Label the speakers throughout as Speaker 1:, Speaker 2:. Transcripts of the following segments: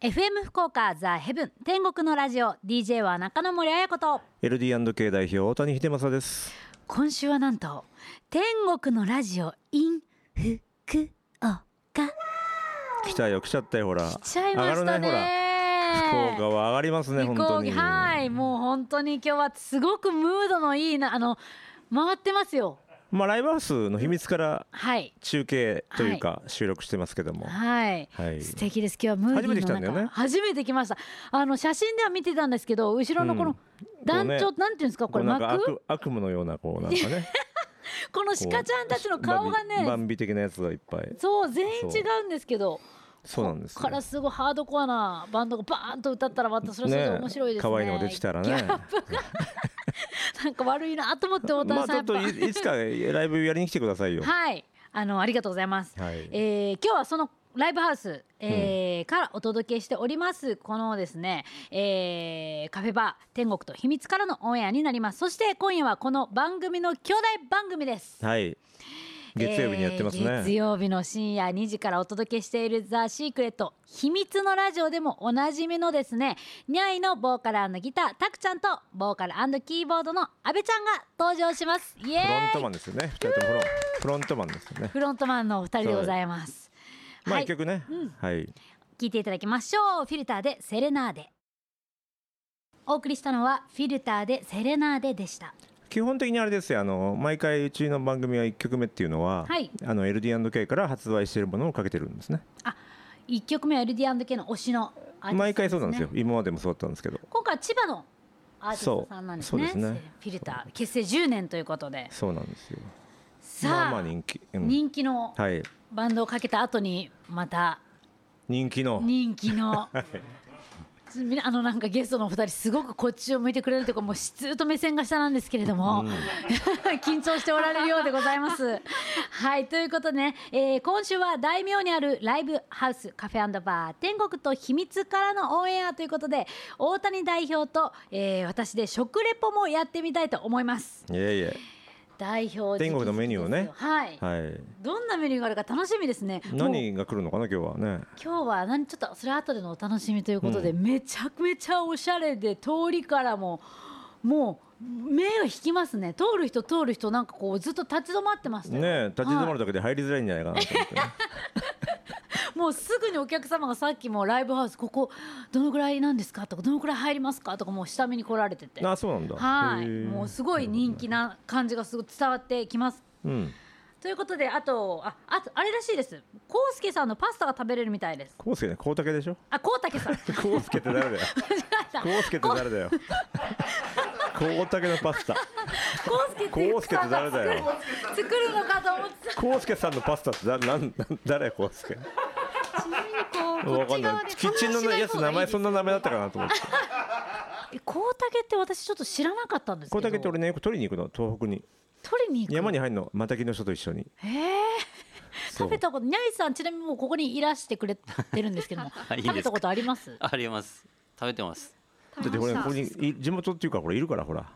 Speaker 1: FM 福岡ザ・ヘブン天国のラジオ DJ は中野森彩子と
Speaker 2: LD&K 代表大谷秀正です
Speaker 1: 今週はなんと天国のラジオ in 福岡
Speaker 2: 来たよ来ちゃったよほら
Speaker 1: しちゃいましたね
Speaker 2: 上がる福岡は上がりますね本当に
Speaker 1: 飛行機はいもう本当に今日はすごくムードのいいなあの回ってますよ
Speaker 2: まあライブハウスの秘密から
Speaker 1: はい
Speaker 2: 中継というか収録してますけども、
Speaker 1: はい、
Speaker 2: はい
Speaker 1: 素敵です今日はムーディーの中
Speaker 2: 初めて来たんだよね
Speaker 1: 初めて来ましたあの写真では見てたんですけど後ろのこの団長、
Speaker 2: こうね
Speaker 1: なんていうんですかこれ
Speaker 2: うなんか
Speaker 1: 幕
Speaker 2: 悪悪夢のようなこうなん かね
Speaker 1: この鹿ちゃんたちの顔が
Speaker 2: こうバ
Speaker 1: ね
Speaker 2: ンビバンビ的なやつがいっぱい
Speaker 1: そう全員違うんですけど
Speaker 2: そうなんです、
Speaker 1: こっからすごいハードコアなバンドがバーンと歌ったらまたそれそれで面白いですね
Speaker 2: 可愛いのができたらね
Speaker 1: なんか悪いなと思って太
Speaker 2: ま
Speaker 1: 田
Speaker 2: あ
Speaker 1: さん
Speaker 2: ち
Speaker 1: や
Speaker 2: ょ
Speaker 1: っ
Speaker 2: っ
Speaker 1: ぱ、
Speaker 2: といいつかライブやりに来てくださいよ
Speaker 1: はいあのありがとうございます、
Speaker 2: はい
Speaker 1: えー今日はそのライブハウス、えーからお届けしておりますこのですね、えーカフェバー天国と秘密からのオンエアになりますそして今夜はこの番組の兄弟番組です
Speaker 2: はい月曜日にやってますね、
Speaker 1: えー月曜日の深夜2時からお届けしている「ザ・シークレット秘密のラジオでもおなじみのですねニャイのボーカルギターたくちゃんとボーカルキーボードの阿部ちゃんが登場しますイエ
Speaker 2: フロン
Speaker 1: ー
Speaker 2: ト
Speaker 1: イ
Speaker 2: マンですよね。二人ともフロンフロントマンですよね。
Speaker 1: フロントマンのお二人でございます
Speaker 2: ま
Speaker 1: は
Speaker 2: あ
Speaker 1: い
Speaker 2: 一曲ね。はい。
Speaker 1: 聞いていただきましょうフィルターで「セレナーデ」お送りしたのは「フィルターでセレナーデ」でした
Speaker 2: 基本的にあれですよ。あの毎回うちの番組は一曲目っていうのは、
Speaker 1: はい
Speaker 2: あの LD&K から発売しているものをかけてるんですね。
Speaker 1: あ一1曲目は LD&K の推しのアーティストですね
Speaker 2: 毎回そうなんですよ。今までもそうだったんですけど。
Speaker 1: 今回は千葉のアーティストさんなんですね
Speaker 2: そうそうですね
Speaker 1: フィルター結成10年ということで
Speaker 2: そうなんですよ。
Speaker 1: さあ,、
Speaker 2: まあまあ人気。うん
Speaker 1: 人気の
Speaker 2: はい。
Speaker 1: バンドをかけた後にまた
Speaker 2: 人気の。
Speaker 1: 人気の。みんなあのなんかゲストのお二人すごくこっちを向いてくれるというかもうしずっと目線が下なんですけれども、 緊張しておられるようでござい ます。はいということでね、えー今週は大名にあるライブハウスカフェバー天国と秘密からのオンエアということで大谷代表と、えー私で食レポもやってみたいと思います。
Speaker 2: いえいえ。
Speaker 1: 代表
Speaker 2: 天国のメニューをね
Speaker 1: 直々ですよはい、
Speaker 2: はい。
Speaker 1: どんなメニューがあるか楽しみですね。もう
Speaker 2: 何が来るのかな今日はね。
Speaker 1: 今日は何ちょっとそれ後でのお楽しみということで、めちゃめちゃおしゃれで通りからももう目を引きますね通る人通る人なんかこうずっと立ち止まってましたよ
Speaker 2: ね立ち止ま
Speaker 1: は
Speaker 2: るだけで入りづらいんじゃないかなと 思ってね。
Speaker 1: いもうすぐにお客様がさっきもライブハウスここどのぐらいなんですかとかどのぐらい入りますかとかもう下見に来られてて
Speaker 2: あそうなんだ。
Speaker 1: はい
Speaker 2: へえ
Speaker 1: もうすごい人気な感じがすごい伝わってきます
Speaker 2: うん。
Speaker 1: ということであとああとあれらしいですコウスケさんのパスタが食べれるみたいです
Speaker 2: コウスケね、コウタケ でしょ。
Speaker 1: あコウタケさん間違
Speaker 2: コウスケっ て誰だよ。
Speaker 1: えた
Speaker 2: コウスケって 誰だよ。コウタケのパスタ。
Speaker 1: コウスケ
Speaker 2: コウスケって誰だよ
Speaker 1: 作るのかと思って
Speaker 2: コウスケさんのパスタってだなんなん誰コウスケ。
Speaker 1: た
Speaker 2: わかんない。キッチンのやつ名前そん
Speaker 1: な
Speaker 2: な名前だったかなと思 って。
Speaker 1: コウタケって私ちょっと知らなかったんですけ
Speaker 2: コ
Speaker 1: ど
Speaker 2: ウタケって俺ねよく取りに行くの東北に
Speaker 1: 取りに行く
Speaker 2: 山に入るのマタギの人と一緒に。
Speaker 1: へえ
Speaker 2: そう
Speaker 1: 食べたことニャイさんちなみにもうここにいらしてくれてるんですけど も
Speaker 3: いいですか
Speaker 1: 食べたことあります
Speaker 3: あります。食べてます。
Speaker 2: だってこれここにい地元っていうかこれいるからほら。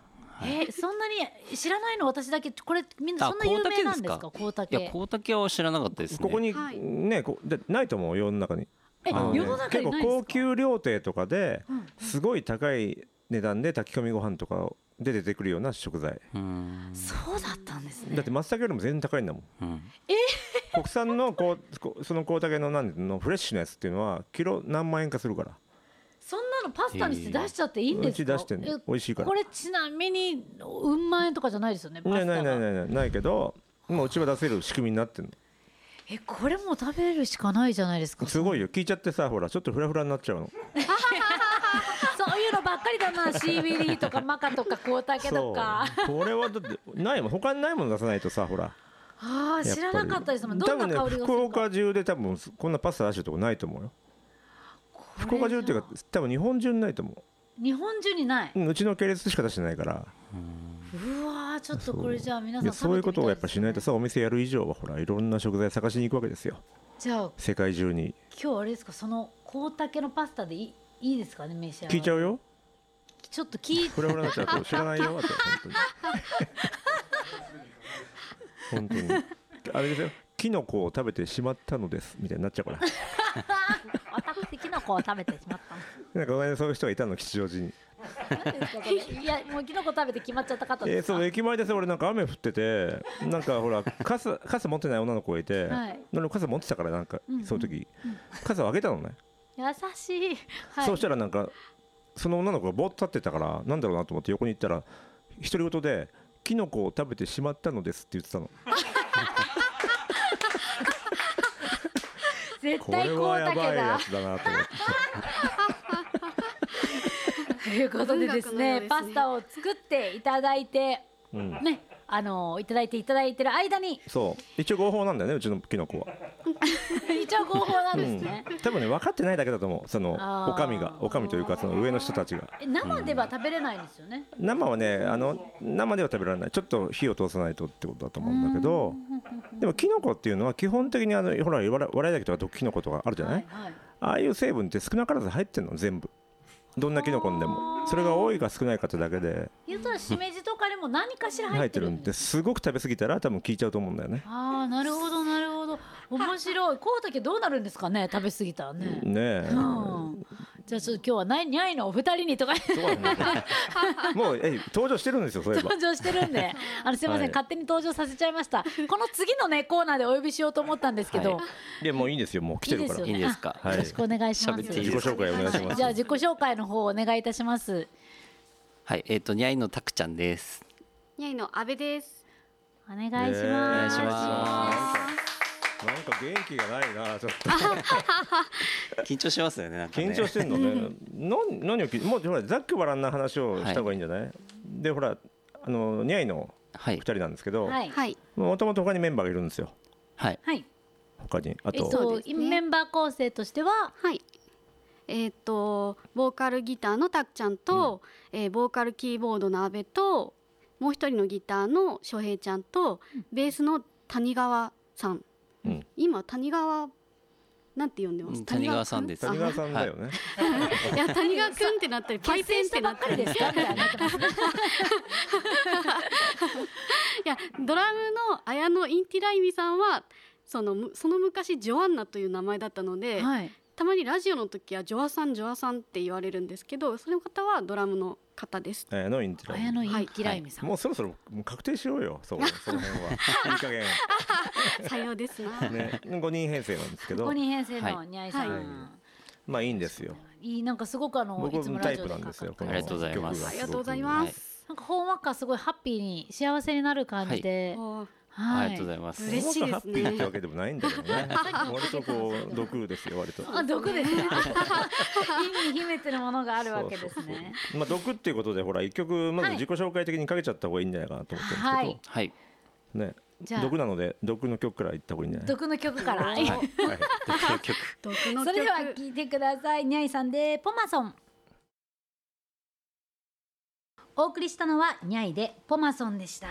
Speaker 1: えーそんなに知らないの私だけこれみんな
Speaker 3: あ
Speaker 1: そんな有名なんですかコ
Speaker 3: こ
Speaker 1: ウ
Speaker 3: うた
Speaker 1: タ
Speaker 3: けいや、
Speaker 1: ケ
Speaker 3: こうたけは知らなかったですね。
Speaker 2: ここに
Speaker 1: はい
Speaker 2: ねこうでないと思う世の中に。
Speaker 1: え
Speaker 2: あのね
Speaker 1: 世の中に
Speaker 2: 結構
Speaker 1: ないんで
Speaker 2: 高
Speaker 1: すか
Speaker 2: 級料亭とかですごい高い値段で炊き込みご飯とかで出てくるような食材。
Speaker 3: うん。
Speaker 1: そうだったんですね
Speaker 2: だって松茸よりも全然高いんだもん。
Speaker 3: うん。
Speaker 2: 国産のこうこそのコウタケのなんていうのフレッシュなやつっていうのはキロ何万円かするから
Speaker 1: そんなのパスタにして出しちゃっていいんですか
Speaker 2: うち出してんの
Speaker 1: え
Speaker 2: 美味しいから
Speaker 1: これちなみにうんま円とかじゃないですよねパス
Speaker 2: な
Speaker 1: タ
Speaker 2: い
Speaker 1: が
Speaker 2: ないないないないないけどもううちは出せる仕組みになってる
Speaker 1: えこれもう食べるしかないじゃないですか
Speaker 2: のすごいよ聞いちゃってさほらちょっとフラフラになっちゃうの
Speaker 1: そういうのばっかりだ な CBD とかマカとかコウタケとか
Speaker 2: そうこれはだってないもん他にないもの出さないとさほら
Speaker 1: ああ
Speaker 2: やっ
Speaker 1: 知
Speaker 2: ぱり
Speaker 1: らなかったですもんどんな
Speaker 2: 多
Speaker 1: 香
Speaker 2: 分
Speaker 1: り
Speaker 2: ね
Speaker 1: がす
Speaker 2: 福
Speaker 1: るか、
Speaker 2: 岡中で多分こんなパスタ出してるとこないと思うよ福岡中っていうか
Speaker 1: これじ
Speaker 2: 多分日本中にないと思
Speaker 1: ゃ日本中にない、
Speaker 2: ううんうちの系列しか出してないから
Speaker 1: うわーちょっとこれじゃあ皆
Speaker 2: い
Speaker 1: さん
Speaker 2: やそういうことをやっぱしないと
Speaker 1: 食
Speaker 2: さお店やる以上はほらいろんな食材探しに行くわけですよ
Speaker 1: べてみたいですねじゃあ
Speaker 2: 世界中に
Speaker 1: 今日あれですかそのコウタケのパスタでいいいいですかね召し上が
Speaker 2: 聞いちゃ
Speaker 1: う
Speaker 2: うよ
Speaker 1: ちょっと聞い
Speaker 2: フラフラになっちゃうと知らないよって本当に本当にあれですよキノコを食べてしまったのですみたいになっちゃうから
Speaker 1: あたでキノコを食べてしまった
Speaker 2: なんか前にそういう人がいたの吉祥寺に
Speaker 1: 何ですかこ れいやもうキノコ食べて決まっちゃった方
Speaker 2: え
Speaker 1: で
Speaker 2: ー、
Speaker 1: すか、
Speaker 2: そう駅前でさ俺なんか雨降っててなんかほら傘傘持ってない女の子がいて、
Speaker 1: はい
Speaker 2: 俺傘持ってたからなんか、
Speaker 1: うんうん
Speaker 2: そういう時傘をあげたのね、
Speaker 1: 優しい、はい、
Speaker 2: そうしたらなんかその女の子がぼーっと立ってたからなんだろうなと思って横に行ったら独り言で「キノコを食べてしまったのです」って言ってたの
Speaker 1: 絶
Speaker 2: こ
Speaker 1: 対
Speaker 2: れ
Speaker 1: こ
Speaker 2: は
Speaker 1: う
Speaker 2: や
Speaker 1: だけ
Speaker 2: ばいや
Speaker 1: だ
Speaker 2: つだなと思って
Speaker 1: ということでですね
Speaker 4: 文学のようですね
Speaker 1: パスタを作っていただいて、
Speaker 2: うん
Speaker 1: ねあのいただいていただいてる間 に
Speaker 2: そう一応合法なんだよねうちのキノコは、
Speaker 1: 一応合法なん
Speaker 2: う
Speaker 1: です
Speaker 2: ん
Speaker 1: ね、、
Speaker 2: 多分ね分かってないだけだと思うその
Speaker 1: あー
Speaker 2: おかみがおかみというかその上の人たちが
Speaker 1: え生では食べれないんですよね、
Speaker 2: 生はねあの生では食べられないちょっと火を通さないとってことだと思うんだけどでもキノコっていうのは基本的にあのほらわらわらやきとか毒キノコとかあるじゃない、
Speaker 1: はいはい
Speaker 2: ああいう成分って少なからず入ってんの全部どんなキノコにでもそれが多いか少ないかってだけで
Speaker 1: 言うたらしめじとかにも何かしら入っ
Speaker 2: 入ってて
Speaker 1: る
Speaker 2: る
Speaker 1: ん
Speaker 2: ん
Speaker 1: で
Speaker 2: ですすごく食べ過ぎたら多分効いちゃうと思うんだよね
Speaker 1: ああなるほどなるほど面白いこうたけどうなるんですかね食べ過ぎたらね、
Speaker 2: ねえ
Speaker 1: うん、じゃあちょっと今日はナイニャイのお二人にとか
Speaker 2: そうなんだよもうえ登場してるんですよそういえば
Speaker 1: 登場してるんであのすいません、
Speaker 2: はい
Speaker 1: 勝手に登場させちゃいましたこの次のねコーナーでお呼びしようと思ったんですけど、
Speaker 3: はい
Speaker 2: いやもういいんですよもう来てるか
Speaker 1: で
Speaker 2: ら
Speaker 1: すよね
Speaker 3: いいですか
Speaker 1: あよろしくお願いします
Speaker 3: 喋ってい
Speaker 2: 自
Speaker 3: い
Speaker 2: 己
Speaker 3: ですか
Speaker 2: 紹介お願いし
Speaker 1: は
Speaker 2: ま
Speaker 1: い
Speaker 2: す
Speaker 1: じゃあ自己紹介の方をお願いいたします
Speaker 3: はいえっ、とニャイのたくちゃんです
Speaker 4: ニャイの阿部です。
Speaker 1: お願いします,、
Speaker 3: お願いしま
Speaker 2: なんか元気がな いなちょっと
Speaker 3: 緊張しますよねなんかね
Speaker 2: 緊張してんのね何何を聞いもうほらざっくばらんな話をした方がいいんじゃない、でほらあのニャイの
Speaker 3: はい
Speaker 2: 2人なんですけど
Speaker 1: はい、
Speaker 4: はい。
Speaker 2: もともと他にメンバーがいるんですよ
Speaker 3: はい
Speaker 1: はい、
Speaker 2: 他にあ
Speaker 1: えっ
Speaker 2: と
Speaker 4: そ
Speaker 1: と、
Speaker 4: うですね
Speaker 1: メンバー構成としては
Speaker 4: はい。えーっとボーカルギターのたくちゃんと、えーボーカルキーボードの阿部ともう一人のギターの翔平ちゃんとベースの谷川さん。
Speaker 2: うん
Speaker 4: 今谷川なんて呼んでま
Speaker 3: う
Speaker 4: す。
Speaker 3: ん谷川さん
Speaker 4: 谷
Speaker 3: です
Speaker 4: 川
Speaker 2: 谷
Speaker 4: くん
Speaker 2: 川さんだよね、
Speaker 4: あいや谷川くんってなったりパイ
Speaker 1: 結
Speaker 4: セ
Speaker 1: 成
Speaker 4: ンっ
Speaker 1: してたば
Speaker 4: なっ
Speaker 1: ったか
Speaker 4: り
Speaker 1: りですかみたいな
Speaker 4: いやドラムの綾野インティライミさんはそのむその昔ジョアンナという名前だったので、
Speaker 1: はい
Speaker 4: たまにラジオの時はジョアさんジョアさんって言われるんですけどその方はドラムの方です
Speaker 2: えーのインティラ
Speaker 1: 綾野インティライミさん、
Speaker 2: もうそろそろもう確定しようよそうその辺はいい加減
Speaker 4: さようですな
Speaker 2: ね5人編成なんですけど
Speaker 1: 五人編成の
Speaker 3: は
Speaker 1: ニャイさん、
Speaker 4: はい
Speaker 2: まあいいんですよ
Speaker 1: い、いなんかすごくあの
Speaker 2: 僕
Speaker 1: いつも
Speaker 2: の
Speaker 1: ラ
Speaker 2: タイ
Speaker 1: ジオ
Speaker 2: プ
Speaker 1: で
Speaker 2: なん
Speaker 1: か
Speaker 2: です
Speaker 1: かっ
Speaker 2: よ
Speaker 1: て
Speaker 3: ありがとうございます
Speaker 4: ありがとうございます、
Speaker 1: なんかほんわかすごいハッピーに幸せになる感じで、
Speaker 4: お
Speaker 1: は
Speaker 4: ー
Speaker 1: い
Speaker 3: ありがとうございます
Speaker 4: 嬉しいですね
Speaker 2: ハッピーってわけでもないんだけどね割とこう毒ですよ割と
Speaker 1: あ毒ですね 意味秘めてるものがあるわけですね
Speaker 2: まあ毒っていうことでほら一曲まず
Speaker 1: はい
Speaker 2: 自己紹介的にかけちゃった方がいいんじゃないかなと思ってるん
Speaker 1: はい
Speaker 3: はい
Speaker 2: です
Speaker 1: じゃ
Speaker 2: けどね毒
Speaker 1: あ
Speaker 2: なので毒の曲からいった方がいいんじゃない
Speaker 1: 毒の曲から
Speaker 4: はい
Speaker 1: そ
Speaker 2: はい
Speaker 3: 結局
Speaker 4: 毒の曲
Speaker 1: れでは聞いてくださいニャイさんでポマソンお送りしたのはニャイでポマソンでした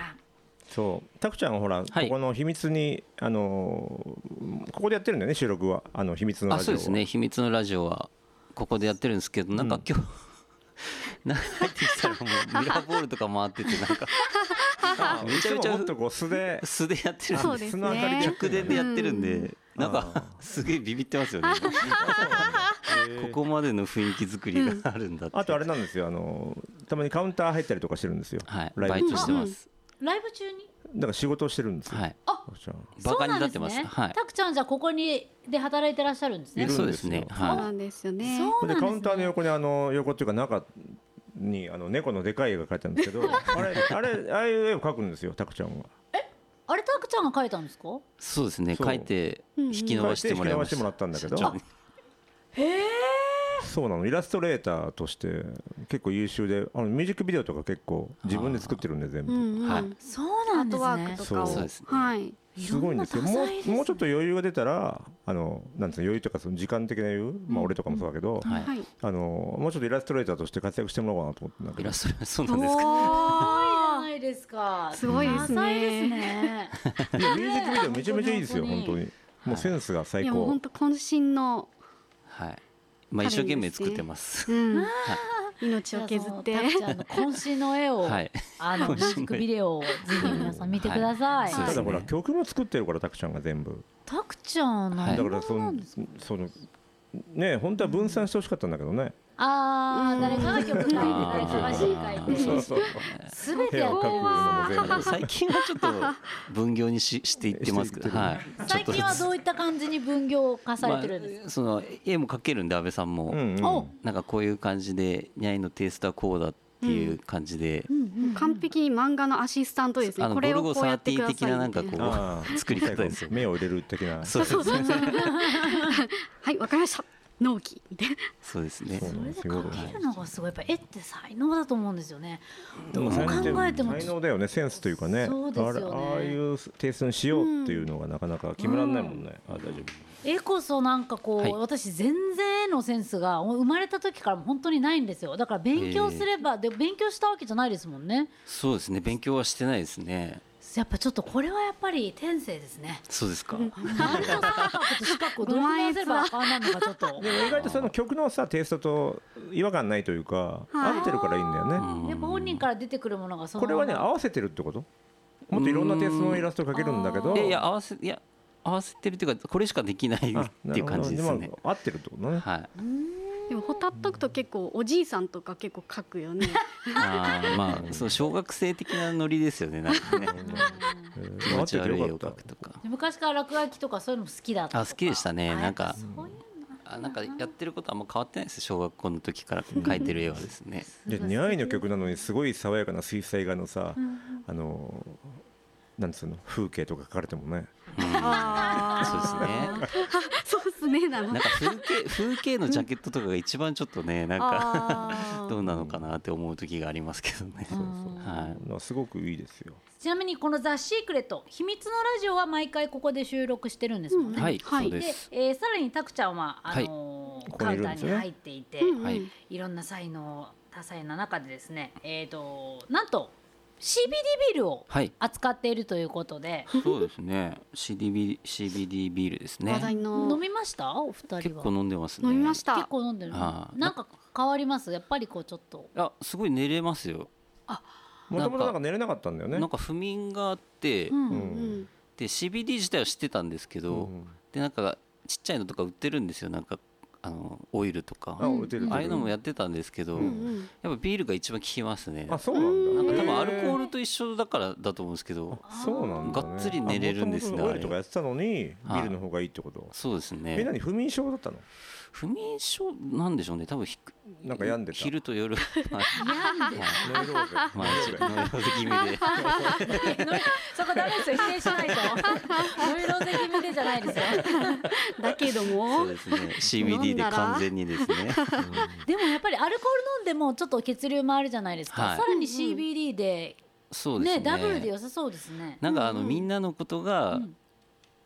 Speaker 2: そうタクちゃんはほらこ
Speaker 3: はい
Speaker 2: この秘密にあのーここでやってるんだよね収録はあの秘密の
Speaker 3: あ
Speaker 2: ラジ
Speaker 3: そ
Speaker 2: オ
Speaker 3: う
Speaker 2: は
Speaker 3: ですね秘密のラジオはここでやってるんですけどなんか今日、 なんか入ってきたらもうミラーボールとか回っててなんか
Speaker 2: あ
Speaker 3: めちゃめち
Speaker 2: いつも
Speaker 3: ゃ
Speaker 2: もっとこう素で
Speaker 3: 素でやってるん
Speaker 4: そ
Speaker 3: で
Speaker 4: うですね
Speaker 2: 素の明かりでやってる
Speaker 3: 直
Speaker 2: んだ
Speaker 3: 伝
Speaker 2: ね
Speaker 3: でやってるんで、
Speaker 2: うん
Speaker 3: なんか
Speaker 2: あ
Speaker 3: すげえビビってますよねここまでの雰囲気作りがあるんだっ て、
Speaker 2: あとあれなんですよあのたまにカウンター入ったりとかしてるんですよ、
Speaker 3: はい
Speaker 2: ラ
Speaker 3: バ
Speaker 2: イ
Speaker 3: イ
Speaker 2: ブ
Speaker 3: トしてます、
Speaker 1: ライブ中に
Speaker 2: だから仕事をしてるんですよ、
Speaker 3: はい
Speaker 1: あ
Speaker 2: タクちゃん
Speaker 3: バカになってます
Speaker 1: そうなんですね
Speaker 3: はい
Speaker 1: タクちゃんじゃあここにで働いてらっしゃるんです
Speaker 2: い
Speaker 1: ね
Speaker 2: るんですよ
Speaker 3: そうですね
Speaker 4: そう
Speaker 3: は
Speaker 4: なんですよ
Speaker 1: そう
Speaker 4: ね
Speaker 1: なんで
Speaker 2: です
Speaker 1: ね
Speaker 2: カウンターの横にあの横っていうか中にあの猫のでかい絵が描いてあるんですけどあれあれああいう絵を描くんですよタクちゃんは
Speaker 1: あれタクちゃんが書いたんですか
Speaker 3: いそうですね
Speaker 2: そう
Speaker 3: 書いて
Speaker 4: うんうん
Speaker 3: 引き伸ばしてもらいました
Speaker 2: 書いて引き伸ばしてもらったんだけど
Speaker 3: 社長に
Speaker 2: そうなのイラストレーターとして結構優秀であのミュージックビデオとか結構自分で作ってるんで全
Speaker 4: うん
Speaker 2: 部
Speaker 4: うん
Speaker 3: はい
Speaker 1: そう
Speaker 4: ア
Speaker 1: なん
Speaker 4: ー
Speaker 1: で
Speaker 4: ト
Speaker 1: す
Speaker 4: ワー
Speaker 1: ね
Speaker 4: クとかを
Speaker 2: そう
Speaker 3: ですね
Speaker 4: はい
Speaker 2: すごいんですよもうもうち
Speaker 1: と
Speaker 2: ょっと余裕が出たらあのなんつうの余裕というかその時間的な余裕、まあ俺とかもそうだけど、
Speaker 3: はい
Speaker 4: はい
Speaker 2: あのもうちょっとイラストレーターとして活躍してもらおうかなと思ってんだけ
Speaker 3: イ
Speaker 2: ど
Speaker 3: ラストレそう
Speaker 1: す
Speaker 3: なん
Speaker 1: ごい
Speaker 3: で
Speaker 1: じ
Speaker 3: す
Speaker 1: ゃな
Speaker 3: か
Speaker 1: いですか
Speaker 4: すごいです
Speaker 1: 多彩です
Speaker 4: ね
Speaker 1: ね
Speaker 2: いやミュージックビデオめちゃめちゃいいですよ
Speaker 1: 本
Speaker 2: 本
Speaker 1: 当
Speaker 2: 当
Speaker 1: に
Speaker 2: にもうセンスが
Speaker 4: い
Speaker 2: 最
Speaker 4: やもう
Speaker 2: 高
Speaker 4: 本当渾身の
Speaker 3: はいまあ一生懸命作ってます
Speaker 4: うん命を削って
Speaker 1: じゃあそのタクちゃんの渾身の絵を、
Speaker 3: はい
Speaker 1: あのミュージックビデオをぜひ皆さん見てください、
Speaker 3: はい
Speaker 2: ただほら
Speaker 3: そうですね
Speaker 2: 曲も作ってるからタクちゃんが全部
Speaker 1: タクちゃんの、
Speaker 3: はい
Speaker 2: だからそ
Speaker 1: そうな
Speaker 2: の
Speaker 1: んです
Speaker 2: そのね本当は分散してほしかったんだけどね。
Speaker 1: あー誰かが曲書いて
Speaker 3: あー
Speaker 1: 誰かが詩書 いて
Speaker 2: そうそう
Speaker 1: 全て
Speaker 2: 部屋
Speaker 1: や
Speaker 2: を
Speaker 1: って
Speaker 2: 書くの
Speaker 1: ま
Speaker 2: も全部。
Speaker 3: 最近はちょっと分業にししていってますけど、はい
Speaker 1: す。最近はどういった感じに分業化されてるんですか、
Speaker 3: まあその絵も描けるんで安倍さんも、
Speaker 2: うんうん
Speaker 1: お
Speaker 3: なんかこういう感じでニャイのテイストはこうだっていう感じで、
Speaker 4: 完璧に漫画のアシスタントです
Speaker 3: あ
Speaker 4: ね
Speaker 3: の
Speaker 4: これをこうやってください
Speaker 3: ゴルゴ13的ななんかこう
Speaker 2: あー
Speaker 3: 作り方ですよ
Speaker 2: 目を入れる的な。
Speaker 3: そうそうそう
Speaker 4: はいわかりました納期みたいな
Speaker 3: そうですね
Speaker 2: そう
Speaker 1: それで書けるのがすごいやっぱ絵って才能だと思うんですよね。どう考えても
Speaker 2: 才能だよねセンスというかね
Speaker 1: そうですよね
Speaker 2: あれああいうテイストにしようっていうのがなかなか決められないもんね、あ大丈
Speaker 1: 絵こそなんかこう、
Speaker 3: はい
Speaker 1: 私全然絵のセンスが生まれた時から本当にないんですよだから勉強すれば、で勉強したわけじゃないですもんね
Speaker 3: そうですね勉強はしてないですね
Speaker 1: やっぱちょっとこれはやっぱり天性ですね
Speaker 3: そうですか、
Speaker 1: 何と三角と四角をどうやせればあかんなのかちょっと
Speaker 2: 夫でも意外とその曲のさテイストと違和感ないというか
Speaker 4: はい
Speaker 2: 合ってるからいいんだよね、
Speaker 1: やっぱ本人から出てくるものがその
Speaker 2: これはね合わせてるってこともっといろんなテイストのイラストを描けるんだけど
Speaker 3: いやいや合わせいや合わせてるっていうかこれしかできない
Speaker 2: あ
Speaker 3: っていう感じで
Speaker 2: な
Speaker 3: す
Speaker 2: るほど
Speaker 3: ね
Speaker 2: も合ってるってことね、
Speaker 3: はい
Speaker 4: でもほたっとくと結構おじいさんとか結構書くよね
Speaker 3: あーまあそう小学生的なノリですよねなんかね
Speaker 2: えー
Speaker 3: 気持ち悪い絵
Speaker 2: 合
Speaker 3: を
Speaker 2: ってて
Speaker 3: 描
Speaker 2: よ
Speaker 3: くとか
Speaker 1: で昔から落書きとかそういうのも好きだったとか
Speaker 3: あ好きでしたね
Speaker 1: あ
Speaker 3: なんか
Speaker 1: やっぱそういう
Speaker 3: あなんかやってることあんま変わってないです小学校の時から描いてる絵はですね
Speaker 2: で似合いの曲なのにすごい爽やかな水彩画のさ、あのーなんつうの風景とか描かれてもね
Speaker 4: あ
Speaker 3: そうですね
Speaker 4: ーそうですねなの
Speaker 3: なんか風景風景のジャケットとかが一番ちょっとねなんか
Speaker 4: あー
Speaker 3: どうなのかなって思う時がありますけどね。はい。
Speaker 2: まあすごくいいですよ
Speaker 1: ちなみにこの「ザ・シークレット秘密のラジオ」は毎回ここで収録してるんですもんね、
Speaker 4: うん
Speaker 3: はい、
Speaker 4: はい
Speaker 3: そ
Speaker 1: で
Speaker 3: うです。
Speaker 1: えーさらにたくちゃんはあのー
Speaker 2: こ
Speaker 1: カ
Speaker 2: こ
Speaker 1: ウ
Speaker 2: にい
Speaker 1: ンタ
Speaker 2: る
Speaker 1: ー
Speaker 2: んです
Speaker 1: に
Speaker 2: ね
Speaker 1: 入っていて、
Speaker 4: うんうん
Speaker 3: はい
Speaker 1: いろんな才能多彩な中でですねえー、となんと CBD ビールを
Speaker 3: はい。
Speaker 1: 扱っているということで、
Speaker 3: そうですね。CDB CBD ビールです
Speaker 4: 話題
Speaker 3: ね。
Speaker 1: 飲
Speaker 4: の
Speaker 1: みましたお二
Speaker 3: 結
Speaker 1: 人は
Speaker 3: 構飲んでますね。
Speaker 4: 飲みまし。た
Speaker 1: 結構飲んでる
Speaker 3: あー
Speaker 1: なんか変わりますやっぱりこうちょっと
Speaker 3: あ、すごい寝れますよ。
Speaker 2: もともとなんか寝れなかったんだよね
Speaker 3: なんか不眠があって、
Speaker 1: うん、
Speaker 2: うん
Speaker 4: うん
Speaker 3: で CBD 自体は知ってたんですけど、
Speaker 2: うん
Speaker 3: でなんかちっちゃいのとか売ってるんですよ。なんかあのオイルと
Speaker 2: あ打て
Speaker 3: か、
Speaker 2: る打てる
Speaker 3: ああいうのもやってたんですけど、
Speaker 4: うんうん
Speaker 3: やっぱビールが一番効きますね。
Speaker 2: あそうなん
Speaker 3: なん
Speaker 2: だ
Speaker 3: か多分アルコー
Speaker 2: ル
Speaker 3: ルと一緒だからだと思うんですけど、
Speaker 2: そうなんだね
Speaker 3: がっつり寝れるんですね
Speaker 2: あ元々オイルとかやってたのにビ
Speaker 3: あれ
Speaker 2: ールの方がいいってこと
Speaker 3: そうです
Speaker 2: みんな
Speaker 3: ね。
Speaker 2: に不眠症だったの
Speaker 3: 不眠症なんでしょうね。多分ひく
Speaker 2: なんか病んでた
Speaker 3: 昼と 夜。はい
Speaker 1: 病んで
Speaker 2: 寝ろうぜ
Speaker 3: まあちょっとノイローゼ気味で。
Speaker 1: そこダメですよ否定し ないとノイローゼ気味でじゃないですよ
Speaker 4: だけど
Speaker 3: そ
Speaker 4: も
Speaker 3: うですね。CBD で完全にですね。
Speaker 1: でもやっぱりアルコール飲んでもちょっと血流回るじゃないですか、
Speaker 3: はい
Speaker 1: さらに CBD で
Speaker 3: そうです
Speaker 1: ね
Speaker 3: ね。
Speaker 1: ダブルで良さそうですね。
Speaker 3: なんかあのみんなのことが
Speaker 1: うん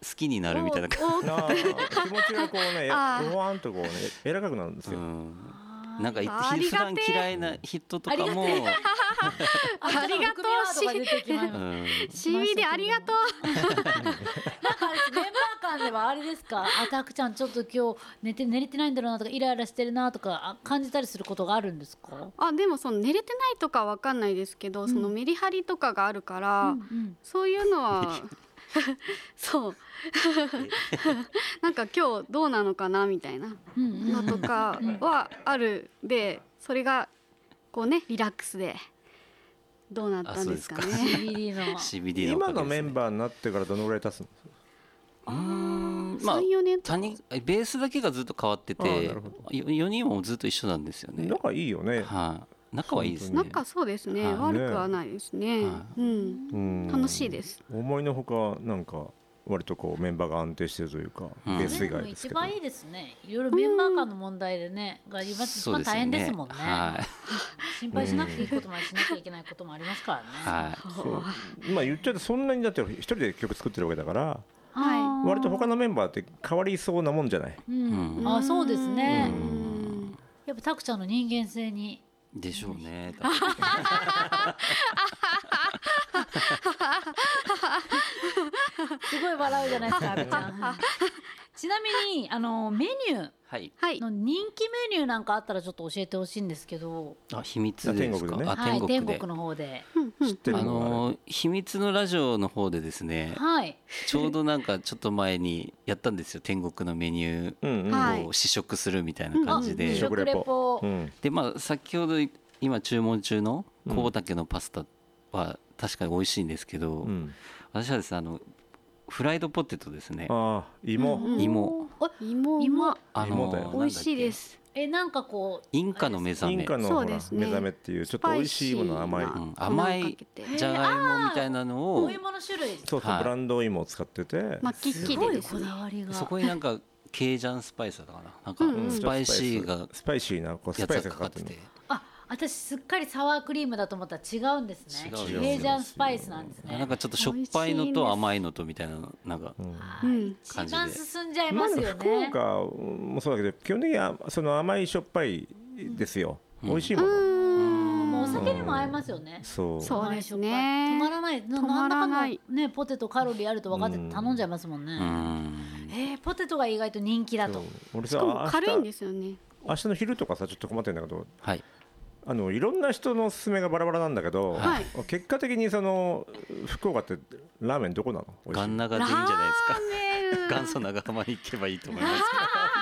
Speaker 3: 好きになるみたいな感
Speaker 2: なあ気持ちがこうね
Speaker 4: あー
Speaker 2: ボワンとこうね柔らかくなるんです
Speaker 3: じ。う
Speaker 2: よ
Speaker 3: ん。なんか
Speaker 4: あり
Speaker 3: 普
Speaker 4: がて
Speaker 3: 段
Speaker 4: え
Speaker 3: 嫌いな人とかも、
Speaker 1: ありがとうシーなん
Speaker 3: う
Speaker 1: か
Speaker 3: ん、
Speaker 4: CBD ありがとう
Speaker 1: メンバー間ではあれですか。あたくちゃんちょっと今日寝て寝れてないんだろうなとかイライラしてるなとかあ感じたりすることがあるんですか。
Speaker 4: あでもその寝れてないとかわかんないですけど、そのメリハリとかがあるから、
Speaker 1: うん
Speaker 4: そういうのは そうなんか今日どうなのかなみたいな
Speaker 1: うんうん
Speaker 4: のとかはあるでそれがこうねリラックスでどうなったんですか
Speaker 3: あそう
Speaker 4: ね
Speaker 3: で。
Speaker 1: CBD の
Speaker 3: CBD の
Speaker 2: 今
Speaker 3: おか
Speaker 2: の
Speaker 3: げ
Speaker 2: メ
Speaker 3: です
Speaker 2: ン
Speaker 3: ね。
Speaker 2: バーになってからどのぐらい経つの
Speaker 3: まあ
Speaker 4: 三四年とか
Speaker 3: 他人ベースだけがずっと変わって
Speaker 2: あーな
Speaker 3: て
Speaker 2: るほ、
Speaker 3: よ四人はもうずっと一緒なんですよね。
Speaker 2: 仲いいよね
Speaker 3: はい。仲はいいですね。
Speaker 4: 仲そうですね、
Speaker 3: はい
Speaker 4: 悪くはないですね、
Speaker 3: は
Speaker 4: うん
Speaker 2: うん
Speaker 4: 楽しいです
Speaker 2: 思いのほかなんか割とこうメンバーが安定してるというか
Speaker 3: うん
Speaker 2: ベース
Speaker 1: で
Speaker 2: 以
Speaker 1: も
Speaker 2: 外です
Speaker 1: 一
Speaker 2: けど
Speaker 1: 番いいですね。いろいろメンバー間の問題でね、が一番一
Speaker 3: そ
Speaker 1: 番
Speaker 3: うです
Speaker 1: 大
Speaker 3: よね
Speaker 1: 変ですもんね。
Speaker 3: はい。
Speaker 1: 心配しなくていいこともあるしなきゃいけないこともありますからね。
Speaker 3: はい。
Speaker 2: そうまあ言っちゃうとそんなにだって一人で曲作ってるわけだから
Speaker 1: あー
Speaker 2: 割と他のメンバーって変わりそうなもんじゃない
Speaker 1: うん
Speaker 3: うん
Speaker 1: あそうですね。
Speaker 4: うん
Speaker 1: やっぱタクちゃんの人間性に。
Speaker 3: でしょうね。
Speaker 1: すごい笑うじゃないですか、あみちゃん。ちなみに、あのメニュー、
Speaker 3: はい
Speaker 4: はい
Speaker 1: の人気メニューなんかあったらちょっと教えてほしいんですけど、
Speaker 3: あ秘密です
Speaker 2: 天国
Speaker 3: か
Speaker 2: でね
Speaker 3: あ
Speaker 1: はい、天
Speaker 3: で
Speaker 1: 国の方で、
Speaker 4: うんうん
Speaker 2: 知ってる
Speaker 3: あ
Speaker 2: のがある
Speaker 3: のー秘密のラジオの方でですね
Speaker 1: はい、
Speaker 3: ちょうどなんかちょっと前にやったんですよ天国のメニュ
Speaker 2: うんうん
Speaker 4: はい
Speaker 3: ーを試食するみたいな感じ
Speaker 1: あ
Speaker 3: で、
Speaker 1: 食レポ
Speaker 2: うん
Speaker 3: でまあ先ほど今注文中の小竹のパスタは確かに美味しいんですけど、
Speaker 2: うん
Speaker 3: 私はですねあのフライドポテトですねあ
Speaker 2: ああ芋
Speaker 4: うん
Speaker 3: 芋
Speaker 4: 芋は
Speaker 1: 芋
Speaker 2: 芋
Speaker 3: の
Speaker 2: だよ
Speaker 3: なんだっけ
Speaker 4: 美味しいです
Speaker 1: えなんかこう
Speaker 3: インカの目覚
Speaker 2: イン
Speaker 3: め
Speaker 2: カの
Speaker 4: そ
Speaker 2: ほ
Speaker 4: う
Speaker 2: ら
Speaker 4: ですね
Speaker 2: 目覚めっていうちょっと美味しいもの甘い
Speaker 4: スパイシーな
Speaker 3: うん甘い
Speaker 4: 粉をかけて
Speaker 3: じゃがいもみたいなの
Speaker 1: お
Speaker 3: を
Speaker 1: 芋の種類
Speaker 2: そうそう
Speaker 3: はい
Speaker 2: ブランド芋を使ってて
Speaker 4: まあきっ
Speaker 1: す
Speaker 4: き
Speaker 1: ご
Speaker 4: り
Speaker 1: い
Speaker 4: です
Speaker 1: こ
Speaker 4: ね
Speaker 1: だわりが
Speaker 3: そこになんかケイジャンスパイスだったかな
Speaker 4: うん
Speaker 3: なんかスパイシーが
Speaker 2: スパイシーなこうス
Speaker 3: やつ
Speaker 2: パイ
Speaker 3: が
Speaker 2: スが
Speaker 3: か
Speaker 2: か
Speaker 3: か
Speaker 2: か
Speaker 3: っ
Speaker 2: ってて
Speaker 3: て
Speaker 2: る
Speaker 1: あ私すっかりサワークリームだと思ったら違うんですね
Speaker 3: 違うんです
Speaker 1: ケ
Speaker 3: よ
Speaker 1: ージャンスパイスなんですね
Speaker 3: なんかちょっとしょっぱいのと甘いのとみたいななんか
Speaker 1: あ
Speaker 4: うん
Speaker 1: ー一
Speaker 3: 感じで
Speaker 1: 番進んじゃい
Speaker 2: ま
Speaker 1: ま
Speaker 2: あ
Speaker 1: す
Speaker 2: でも
Speaker 1: よ
Speaker 2: 福
Speaker 1: ね
Speaker 2: 岡もそうだけど基本的にはその甘いしょっぱいですよ
Speaker 3: うん
Speaker 2: 美味しいうもの
Speaker 4: ん
Speaker 1: もうお酒にも合いますよね
Speaker 2: そう
Speaker 4: そうですね
Speaker 1: 甘いしょっぱい止まらないな
Speaker 4: 止まらない
Speaker 1: んだかのねポテトカロリーあると分かってて
Speaker 2: うん
Speaker 1: 頼んじゃいますもんね
Speaker 3: うーん
Speaker 1: えーポテトが意外と人気だ
Speaker 2: そ
Speaker 1: と
Speaker 2: う俺
Speaker 4: し
Speaker 2: さ
Speaker 4: かも軽いん
Speaker 2: 明
Speaker 4: で
Speaker 2: 日
Speaker 4: すよね
Speaker 2: 明日の昼とかさちょっと困ってるんだけど
Speaker 3: はい
Speaker 2: あのいろんな人のおすすめがバラバラなんだけど、
Speaker 4: はい
Speaker 2: 結果的にその福岡ってラーメンどこなの美味し
Speaker 3: ガ
Speaker 2: い
Speaker 3: ンナガでいいんじゃないですか
Speaker 4: メ
Speaker 3: 元祖長浜に行けばいいと思い ます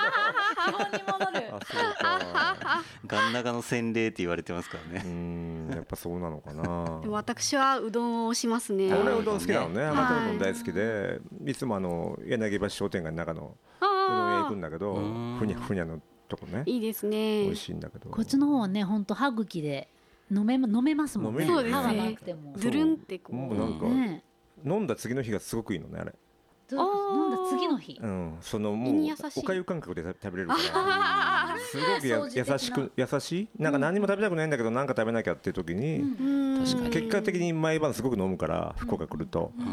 Speaker 1: 基本に戻る
Speaker 2: あそうか
Speaker 3: ガンナガの洗礼って言われてますから
Speaker 2: うー
Speaker 3: ね
Speaker 2: んやっぱそうなのかな
Speaker 4: 私はうどんを推しますね
Speaker 2: 俺うどん好きなのね
Speaker 3: はい
Speaker 2: 甘党うどん大好きでいつもあの柳橋商店街の中のうどん屋行くんだけど
Speaker 3: うん
Speaker 2: ふにゃふにゃのとこね
Speaker 4: いいです
Speaker 2: 美
Speaker 4: ね
Speaker 2: 味しいんだけど
Speaker 1: こっちの方はね本当歯茎で飲め飲めますもんね
Speaker 2: 飲め
Speaker 1: 歯
Speaker 2: るよね
Speaker 1: がなくても
Speaker 2: そう
Speaker 4: ずるんってこう
Speaker 2: もうなんか
Speaker 1: ね
Speaker 2: 飲んだ次の日がすごくいいのねあれ
Speaker 1: どう飲んだ次の日
Speaker 2: うんそのも
Speaker 4: 胃
Speaker 2: う
Speaker 4: に優しい
Speaker 2: おかゆ感覚で食べれるから
Speaker 4: あ
Speaker 2: すごくや
Speaker 1: 掃除的な
Speaker 2: 優しく優しいなんか何も食べたくないんだけど何か食べなきゃっていう時
Speaker 1: う
Speaker 2: に
Speaker 1: ん
Speaker 4: ーうん
Speaker 3: 確かに
Speaker 2: 結果的に毎晩すごく飲むから福岡来ると
Speaker 3: うー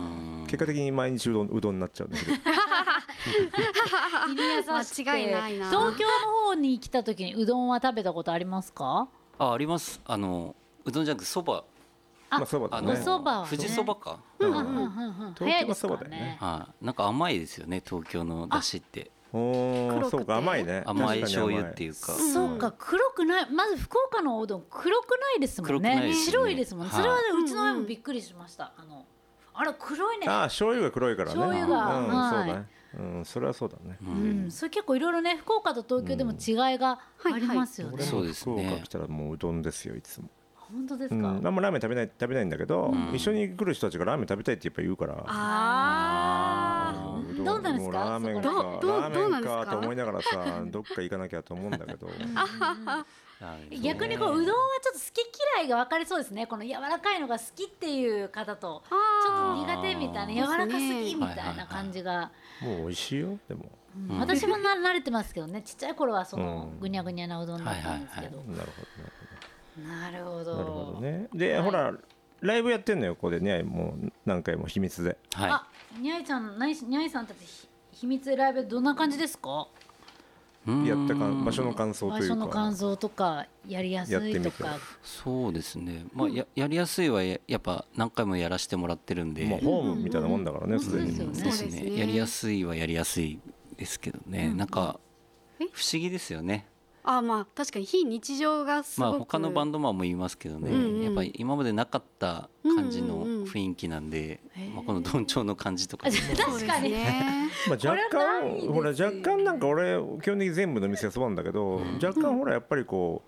Speaker 3: ん
Speaker 2: 結果的に毎日うどんうどんになっちゃうね昼
Speaker 1: 胃に優しくて
Speaker 4: 間違いないな
Speaker 1: 東京の方に来た時にうどんは食べたことありますか
Speaker 3: あありますあのうどんじゃなくてそば
Speaker 1: あ
Speaker 2: まあそばだ
Speaker 3: あの
Speaker 1: お
Speaker 2: ね
Speaker 1: 蕎麦はね
Speaker 3: 富士そばか
Speaker 2: うん
Speaker 1: うんうんうんうん
Speaker 2: 東
Speaker 1: 早い
Speaker 2: 京
Speaker 1: で
Speaker 2: は
Speaker 1: す
Speaker 2: そ
Speaker 1: から
Speaker 2: うだよね
Speaker 1: ね
Speaker 3: はいなんか甘いですよね東京のだしって
Speaker 2: おー
Speaker 4: 黒くて
Speaker 2: そうか甘いね
Speaker 3: 甘い醤油っていううか
Speaker 4: うん
Speaker 1: そうか黒くないまず福岡のおうどん黒くないですもん
Speaker 3: 黒くない
Speaker 1: ね
Speaker 3: ですね
Speaker 1: 白いですもんね
Speaker 3: はい
Speaker 1: それはねうちの親もびっくりしましたあのあら黒いね
Speaker 2: ああ醤油が黒いからね
Speaker 1: 醤油が
Speaker 2: うん
Speaker 1: はい
Speaker 2: そうだねうんそれはそうだね
Speaker 3: う
Speaker 1: うんんそれ結構いろいろね福岡と東京でも違いがありますよね
Speaker 2: 俺も
Speaker 3: そうですね
Speaker 2: 福岡来たらもううどんですよいつも
Speaker 1: 本当です
Speaker 2: うん
Speaker 1: か
Speaker 2: あんまラーメン食べない食べないんだけど
Speaker 3: ん
Speaker 2: 一緒に来る人たちがラーメン食べたいってやっぱ言うから
Speaker 4: あ
Speaker 1: ー
Speaker 2: う
Speaker 1: どうなんですか
Speaker 2: もラーメンか
Speaker 1: そ
Speaker 4: こらどう
Speaker 2: ラ
Speaker 4: どう
Speaker 2: ーメ
Speaker 4: な
Speaker 2: ン
Speaker 4: んですか
Speaker 2: かと思いながらさ どっか行かなきゃと思うんだけど
Speaker 1: 逆にこううどんはちょっと好き嫌いが分かれそうですねこの柔らかいのが好きっていう方と
Speaker 4: あ
Speaker 1: ちょっ
Speaker 4: あ
Speaker 1: と苦手みたいな
Speaker 4: あー
Speaker 1: 柔らかすぎ
Speaker 4: ですね
Speaker 1: みたいな感じが
Speaker 2: もう美味しいよでも
Speaker 1: うん私もな慣れてますけどねちっちゃい頃はその
Speaker 2: うん
Speaker 1: ぐにゃぐにゃなうどんだったんですけど
Speaker 2: なる
Speaker 1: なるほど
Speaker 2: ほどなるほどねで
Speaker 1: はい
Speaker 2: ほらライブやってんのよここでねもう何回も秘密で
Speaker 1: あ
Speaker 3: は
Speaker 1: にゃいちゃんなににゃいさんたちひ秘密ライブどんな感じですか
Speaker 3: いうん
Speaker 2: やったかん場所の感想と
Speaker 1: 場
Speaker 2: い
Speaker 1: 所
Speaker 2: う
Speaker 1: の
Speaker 2: か
Speaker 1: 感想とかやりやす
Speaker 2: やって
Speaker 1: い
Speaker 2: みて
Speaker 1: とか
Speaker 3: そうですねまあややりやすいはややっぱ何回もやらせてもらってるんで
Speaker 2: もうホームみたいなもんだから
Speaker 1: うんう
Speaker 2: ね
Speaker 1: ん
Speaker 2: すで
Speaker 1: そう
Speaker 2: に
Speaker 1: ですよね
Speaker 3: です
Speaker 4: そうです
Speaker 3: ね
Speaker 4: ね
Speaker 3: やりやすいはやりやすいですけどねなんか
Speaker 4: え
Speaker 3: 不思議ですよね
Speaker 4: あまあ確かに非日常がす
Speaker 3: ま
Speaker 4: ご
Speaker 3: あ
Speaker 4: く、
Speaker 3: 他のバンドマンも言いますけどね、
Speaker 4: うんうん
Speaker 3: やっぱり今までなかった感じの
Speaker 4: うんうんうん
Speaker 3: 雰囲気なんで、
Speaker 1: へえ
Speaker 3: まあ、このどんちょうの感じとか、
Speaker 4: そうですね
Speaker 2: まあ、若
Speaker 1: これはない
Speaker 2: 干
Speaker 1: ですよ
Speaker 2: ほら若干なんか俺基本的に全部の店がそうなんだけど、若干ほらやっぱりこ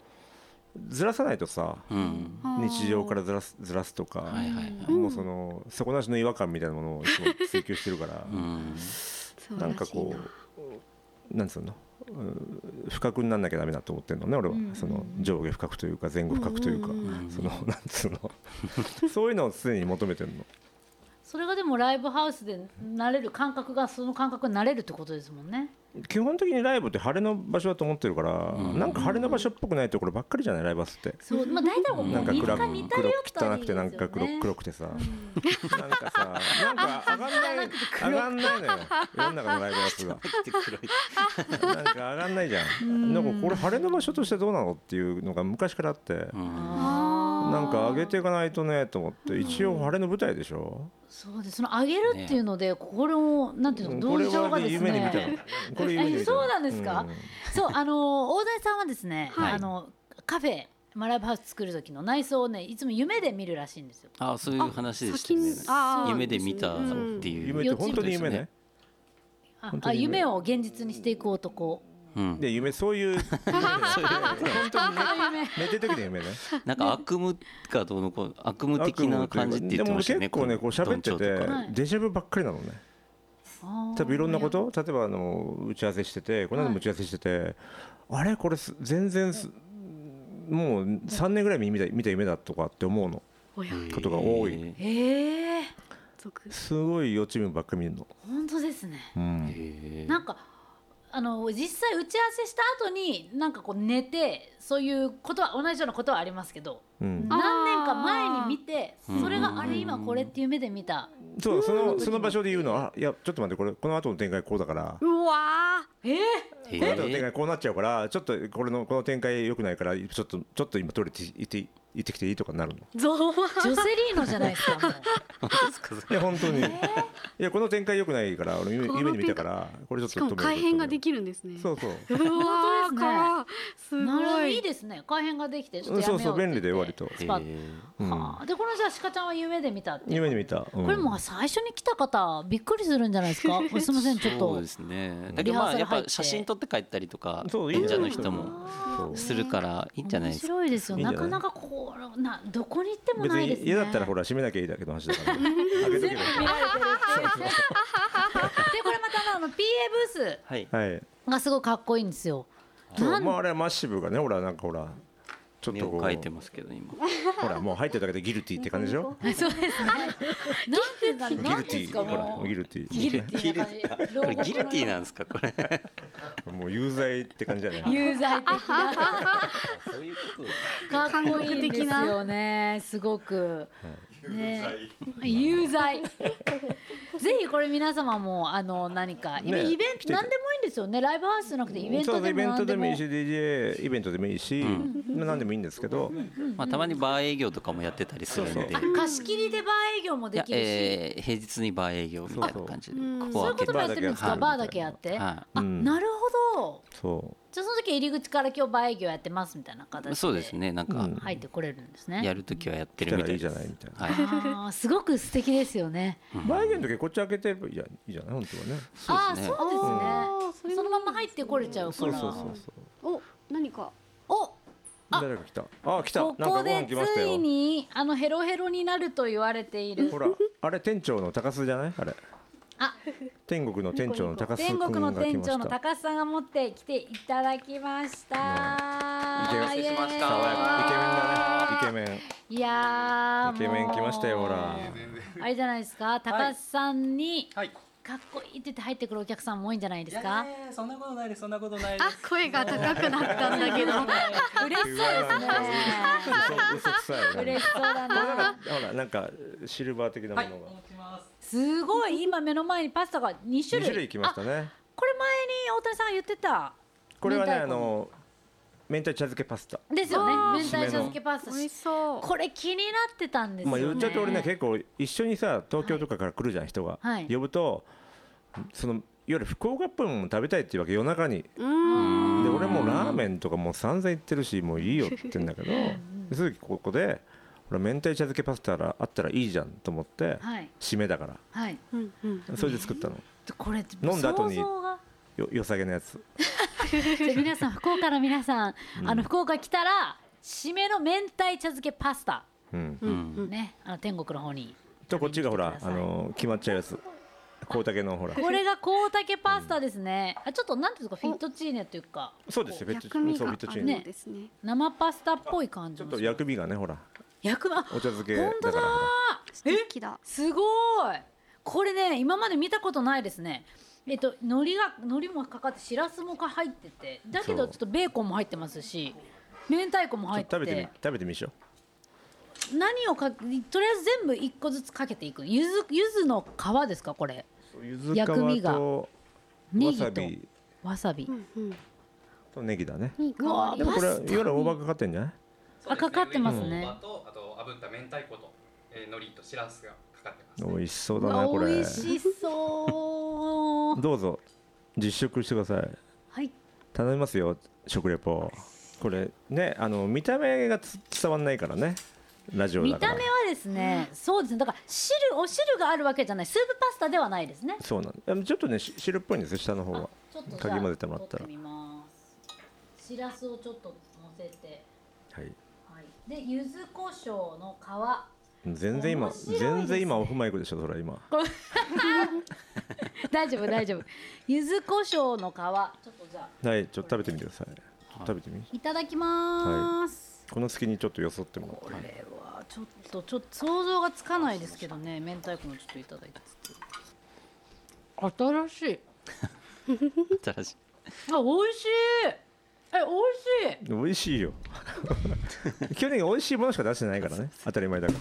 Speaker 2: うずらさないとさ、
Speaker 3: うん、
Speaker 2: 日常からずらすずらすとか、
Speaker 3: はいはい、
Speaker 2: もうその底なしの違和感みたいなものをいつも追求してるから、
Speaker 3: うん、
Speaker 4: そう
Speaker 2: な
Speaker 4: らし
Speaker 2: ん
Speaker 4: い
Speaker 2: かこうなんつうのうん不覚になんなきゃダメだと思ってるのね俺は、
Speaker 1: うん
Speaker 2: その上下不覚というか前後不覚というか、
Speaker 4: うんうん
Speaker 3: うん
Speaker 2: そのなんつうの そういうのを常に求めてるの。
Speaker 1: それがでもライブハウスで慣れる感覚がその感覚になれるってことですもんね
Speaker 2: 基本的にライブって晴れの場所だと思ってるから、
Speaker 3: うん
Speaker 2: なんか晴れの場所っぽくないところばっかりじゃないライブハウスって。
Speaker 1: そうまあ大体もう
Speaker 2: なんか
Speaker 1: 似
Speaker 2: 暗
Speaker 1: た
Speaker 2: く
Speaker 1: 似た
Speaker 2: 黒
Speaker 1: り
Speaker 2: く
Speaker 1: よった
Speaker 2: 汚
Speaker 1: り
Speaker 2: く
Speaker 1: です
Speaker 2: て
Speaker 1: よ
Speaker 2: なんか黒
Speaker 1: ね
Speaker 2: 黒くてさ、 なんかさなんか上がんない上がんないのよ世の中のライブハウスがなんか上がんないじゃんなんかこれ晴れの場所としてどうなのっていうのが昔からあって、
Speaker 3: うん
Speaker 1: あ
Speaker 2: なんか上げていかないとねと思って一応あれの舞台でしょ、
Speaker 1: そうですその上げるっていうので、これもなんていうの
Speaker 2: これ
Speaker 1: 同情が
Speaker 2: は
Speaker 1: で
Speaker 2: ね
Speaker 1: す
Speaker 2: 夢に見たの
Speaker 1: ね。
Speaker 2: これ夢に見たの
Speaker 1: えそうなんですかそうあの大財さんはですね、
Speaker 3: はい
Speaker 1: あのカフェマライブハウス作る時の内装をねいつも夢で見るらしいんですよ。
Speaker 3: あそういう話でした
Speaker 4: 先に
Speaker 3: ね
Speaker 4: あー
Speaker 3: 夢で見たっ
Speaker 4: うん
Speaker 3: ていう
Speaker 2: 夢って本当に夢ね
Speaker 1: あ
Speaker 2: 本当
Speaker 1: あ
Speaker 2: に夢
Speaker 1: 夢を現実にしていく男。
Speaker 3: うん
Speaker 2: で夢そう いう本当にね
Speaker 1: 夢
Speaker 2: 寝てる時の夢ね
Speaker 3: なんか悪夢かどうのこう悪夢的な感じって言ってましたよね
Speaker 2: でも結構ねこう喋って
Speaker 3: この
Speaker 2: て
Speaker 3: どんちょうとか
Speaker 1: はい
Speaker 2: デジャブばっかりなのね
Speaker 1: あー
Speaker 2: 多分いろんなこと例えばあの打ち合わせしててこの間も打ち合わせしててあれこれす全然すもう3年ぐらい見た見た夢だとかって思うの
Speaker 4: おや
Speaker 2: ことが多い
Speaker 3: へ
Speaker 1: ええ
Speaker 4: 族
Speaker 2: すごい予知夢ばっかり見るの、
Speaker 1: 本当ですね。
Speaker 2: うん
Speaker 3: え
Speaker 1: なんかあの実際打ち合わせした後になんかこう寝てそういうことは同じようなことはありますけど、
Speaker 2: うん、
Speaker 1: 何年か前に見て
Speaker 3: ー
Speaker 1: それ
Speaker 3: う
Speaker 1: が
Speaker 3: ん
Speaker 1: あれ今これっていう目で見た。
Speaker 2: そうそのその場所で言うのはあいやちょっと待ってこれこの後の展開こうだから
Speaker 4: うわ
Speaker 1: ええ
Speaker 2: この後の展開こうなっちゃうからちょっとこれのこの展開良くないからちょっとちょっと今トイレ行って行ってきていいとかなるの
Speaker 4: ーゾワ
Speaker 1: ジョセリーノじゃないですか。もう
Speaker 2: いや本当に、いやこの展開良くないから俺夢
Speaker 4: この
Speaker 2: 夢に見たからこれちょっ
Speaker 4: し
Speaker 2: と
Speaker 4: かも改変がで
Speaker 2: き
Speaker 4: きるんですね
Speaker 2: そう そう
Speaker 4: うわ
Speaker 1: 本当です
Speaker 4: ー
Speaker 1: ね
Speaker 4: からす
Speaker 1: なるほ
Speaker 4: ご
Speaker 1: ど
Speaker 4: い
Speaker 1: いいですね。改変ができてちょっとやめようって
Speaker 2: そうそう便利で割と
Speaker 1: スパッ
Speaker 2: うん
Speaker 1: はあでこのじゃあ鹿ちゃんは夢で見たっていう。
Speaker 2: 夢に見た、うん
Speaker 1: これもう最初に来た方びっくりするんじゃないです か。すみませんちょっ
Speaker 3: そう
Speaker 1: と
Speaker 3: で。すねだけどまあ
Speaker 1: リ
Speaker 3: や
Speaker 1: ハーサル入っ
Speaker 3: っぱ
Speaker 1: て
Speaker 3: 写真撮って帰ったりとか
Speaker 2: そういい
Speaker 3: 演
Speaker 2: んじ
Speaker 3: 者
Speaker 2: ゃな
Speaker 3: の
Speaker 2: い
Speaker 3: 人も
Speaker 2: そう
Speaker 3: するからいいんじゃない
Speaker 1: 面
Speaker 3: ですか
Speaker 1: 白いですよ。
Speaker 2: いいんじ
Speaker 1: なか
Speaker 2: ゃない
Speaker 1: なかこうなどこに行っても
Speaker 2: 別
Speaker 1: ないです
Speaker 2: に
Speaker 1: ね。
Speaker 2: 家だったらほら閉めなきゃいいだけの話 だから開けとけばいい
Speaker 1: 見られてるっていうねでこれまたあの PA ブース
Speaker 3: はい
Speaker 2: はい
Speaker 1: がすごいかっこいいんですよ。
Speaker 2: そう
Speaker 1: なん
Speaker 2: まああれはマッシブがねほらなんかほらちょっ
Speaker 3: 目
Speaker 2: とこ
Speaker 3: を
Speaker 2: う
Speaker 3: 描いてますけど 今
Speaker 2: ほらもう入ってるだけでギルティって感じでしょ
Speaker 1: そうですね。なんて
Speaker 2: ギ
Speaker 1: なん
Speaker 2: ル
Speaker 1: て
Speaker 2: テ
Speaker 1: いうんで
Speaker 2: ィ
Speaker 1: すか
Speaker 2: ほら
Speaker 1: も
Speaker 2: も
Speaker 1: う
Speaker 2: うギルティ
Speaker 1: ギルティな感じ。
Speaker 3: これギ ルティーなんですかこれ
Speaker 2: もう有罪って感じじゃない
Speaker 1: 有罪的な
Speaker 3: そういうこと
Speaker 1: かっこいいんですよね。すごく。ね、有罪。 ぜひこれ皆様もあの何かイベ
Speaker 2: ね
Speaker 1: イベン
Speaker 2: 来
Speaker 1: ト
Speaker 2: て
Speaker 1: 何でもいいんですよね。ライブハウスじゃなくて イベン
Speaker 2: そ
Speaker 1: ト
Speaker 2: うイ
Speaker 1: でも
Speaker 2: ベン
Speaker 1: 何
Speaker 2: ト
Speaker 1: で
Speaker 2: でもい
Speaker 1: も
Speaker 2: いし DJ イベントでもいいし、まあ何でもいいんですけど、
Speaker 3: まあたまにバー営業とかもやってたりするんで
Speaker 2: そう
Speaker 1: 貸し切りでバー営業も
Speaker 3: い
Speaker 1: で
Speaker 3: や
Speaker 1: きるし。
Speaker 3: えー平日にバー営業みたいな感じで
Speaker 4: そうそう
Speaker 3: ここ
Speaker 1: そうい
Speaker 3: は
Speaker 1: うこ
Speaker 3: 開け
Speaker 1: ともやってるんですか、バ
Speaker 2: バ
Speaker 1: ー
Speaker 2: ー
Speaker 1: だ
Speaker 2: だ
Speaker 1: け
Speaker 2: け
Speaker 1: や
Speaker 2: や
Speaker 1: って。
Speaker 3: は
Speaker 1: あ、
Speaker 2: うん
Speaker 1: なるほど。
Speaker 2: そ
Speaker 1: じゃあその時は入り口から今日バー営業やってますみたいな形
Speaker 3: いそうですねなんか
Speaker 1: 入ってこれるんですね。
Speaker 3: やるときはやって
Speaker 2: う来た
Speaker 3: るみ
Speaker 2: ら
Speaker 3: た
Speaker 2: いい
Speaker 3: い
Speaker 2: じゃ
Speaker 3: で
Speaker 2: ない
Speaker 3: す
Speaker 2: みたいな
Speaker 3: はい
Speaker 1: ああ、すごく素敵ですよね。
Speaker 2: 前言の時こっち開けていいじゃんいいじゃない本当はね
Speaker 1: あ
Speaker 3: そう
Speaker 1: あ、
Speaker 3: で
Speaker 1: そうです
Speaker 3: すね
Speaker 1: ね。
Speaker 4: あーそれ
Speaker 1: そのまま入ってこれちゃうか
Speaker 2: そう
Speaker 1: ら。
Speaker 2: そうそうそう
Speaker 4: お何か
Speaker 1: お、
Speaker 2: 誰か来たあ来た
Speaker 1: ここ
Speaker 2: な
Speaker 1: で
Speaker 2: んかご飯来ました
Speaker 1: つい
Speaker 2: よ
Speaker 1: にあのヘロヘロになると言われている
Speaker 2: ほらあれ店長の高須じゃないあれ
Speaker 1: あ
Speaker 2: 天国の店長の高須
Speaker 1: 天国の
Speaker 2: 君が来
Speaker 1: 店
Speaker 2: ま
Speaker 1: 長
Speaker 2: し
Speaker 1: の
Speaker 2: た
Speaker 1: 高須さんが持ってきていただきました。
Speaker 2: イケメン
Speaker 1: イエーイ
Speaker 2: 爽やかイケメンだね
Speaker 1: いやー
Speaker 2: イケメン
Speaker 1: もう
Speaker 2: 来ましたよほら
Speaker 1: あれじゃないですか高須さんに
Speaker 5: はい。
Speaker 1: かっこいいって言って入ってくるお客さんも多いんじゃないで
Speaker 5: い
Speaker 1: す
Speaker 5: やい
Speaker 1: か
Speaker 5: やいやそんなことないです。そんなことないで
Speaker 4: あ
Speaker 5: す。
Speaker 4: 声が高くなったんだ
Speaker 1: 嬉しそうですね
Speaker 2: イ
Speaker 4: けど
Speaker 2: ケメン嘘嘘くさいよね
Speaker 1: 嬉しそうだ
Speaker 2: これなん
Speaker 1: な
Speaker 2: かほらなんかシルバー的なも
Speaker 5: はい。
Speaker 2: の
Speaker 5: お
Speaker 2: が
Speaker 5: 持ちします。
Speaker 1: すごい今目の前にパスタが2
Speaker 2: 2
Speaker 1: 種類
Speaker 2: 種類来ました
Speaker 1: あ
Speaker 2: ね
Speaker 1: これ前に大谷さんが言ってた
Speaker 2: これはね
Speaker 1: 明
Speaker 2: あ
Speaker 1: 太子
Speaker 2: の明太茶漬けパスタ
Speaker 1: ですよね明
Speaker 2: ー
Speaker 1: 太茶漬けパスタ
Speaker 4: 美味しそう
Speaker 1: これ気になってたんですよ
Speaker 2: まあ
Speaker 1: ね
Speaker 2: 言っちゃうと俺ね結構一緒にさ東京とかから来るじゃん人が
Speaker 1: はい
Speaker 2: 呼ぶとその夜福岡っぽいもの食べたいっていうわけ夜中に
Speaker 4: うーん
Speaker 2: で俺もうラーメンとかもう散々行ってるしもういいよって言うんだけど鈴木ここで俺明太茶漬けパスタらあったらいいじゃんと思って
Speaker 1: はい
Speaker 2: 締めだから
Speaker 1: はい
Speaker 4: うんうん
Speaker 2: それで作ったの
Speaker 1: これ
Speaker 2: 飲んだ後に
Speaker 1: 想像が
Speaker 2: よ良さげなやつ
Speaker 1: じゃあ皆さん福岡の皆さん、あの福岡来たら締めの明太茶漬けパスタ
Speaker 2: うん
Speaker 4: うん
Speaker 1: ねあの天国の方に
Speaker 2: とこっちがほら
Speaker 1: 食
Speaker 2: あ
Speaker 1: べに来てください
Speaker 2: の決まっちゃうやつ高竹のほら
Speaker 1: これが高竹パスタですね、あちょっとなんていうかフィットチーネというか
Speaker 2: そうですよフェッチ
Speaker 4: 薬味
Speaker 2: そ
Speaker 4: が
Speaker 2: う
Speaker 4: あ
Speaker 2: フ
Speaker 4: る
Speaker 2: ェットチー
Speaker 4: ん
Speaker 2: ネ
Speaker 1: ね
Speaker 4: ですね
Speaker 1: 生パスタっぽい感
Speaker 2: ち
Speaker 1: じ
Speaker 2: ょっ
Speaker 1: も
Speaker 2: と薬味がねほら
Speaker 1: 薬あ
Speaker 2: お茶漬けだ
Speaker 1: 本当
Speaker 2: か
Speaker 1: だ
Speaker 2: らほら
Speaker 4: 素敵だ
Speaker 1: すごいこれね今まで見たことないですねえっと海苔が海苔もかかってしらすも入っててだけど
Speaker 2: そう
Speaker 1: ちょっとベーコンも入ってますし明太子も
Speaker 2: ちょ
Speaker 1: 入
Speaker 2: っ
Speaker 1: っ
Speaker 2: と食べてみ
Speaker 1: て
Speaker 2: 食べてみしょ
Speaker 1: 何をかとりあえず全部一個ずつかけていくゆずゆずの皮ですかこれ
Speaker 2: う柚子皮
Speaker 1: 薬味が
Speaker 2: と
Speaker 1: ネ
Speaker 2: わ
Speaker 1: ギと
Speaker 2: さび
Speaker 1: わさび、
Speaker 4: うんうん
Speaker 2: とネギだね
Speaker 4: いい香
Speaker 1: うわ
Speaker 4: り
Speaker 2: でもこれ
Speaker 1: パ
Speaker 2: いわ
Speaker 1: スタ
Speaker 2: ゆる大葉かかってんじゃない
Speaker 1: あかかってます
Speaker 5: 上
Speaker 1: ね
Speaker 5: に大葉とあと
Speaker 6: 炙った明太子と、えー、海苔としらすがかかってます、
Speaker 2: 美味しそう
Speaker 1: う
Speaker 2: だなこ
Speaker 1: わ美
Speaker 2: れ
Speaker 1: 味しそう
Speaker 2: どうぞ実食してください
Speaker 1: はい
Speaker 2: 頼みますよ食レポこれねあの見た目がつ伝わんないからねラジオ
Speaker 1: 見
Speaker 2: だか
Speaker 1: た
Speaker 2: ら
Speaker 1: 目はですね、そうですねだから汁お汁があるわけじゃないスープパスタではないですね
Speaker 2: そうなんちょっとねし汁っぽいんですよ下の方
Speaker 1: あ
Speaker 2: は
Speaker 1: ちょっと
Speaker 2: かき混ぜてもらったら
Speaker 1: 取ってみますしらすをちょっと乗せて
Speaker 2: はい
Speaker 1: はいで柚子胡椒の皮
Speaker 2: 全然今
Speaker 1: 面白いですね
Speaker 2: 全然今オフマイクでしょそれ今
Speaker 1: 大丈夫大丈夫柚子胡椒の皮ちょっとじゃあ
Speaker 2: はいちょっと食べてみてください食べてみ
Speaker 1: いただきます、
Speaker 2: この隙にちょっとよそっても
Speaker 1: こ
Speaker 2: らって
Speaker 1: れはちょっとちょっと想像がつかないですけどね明太子もちょっといただいて新しい
Speaker 3: 新しい
Speaker 1: あ美味しいえ美味しい
Speaker 2: 美味しいよ基本的に美味しいものしか出してないからね当たり前だから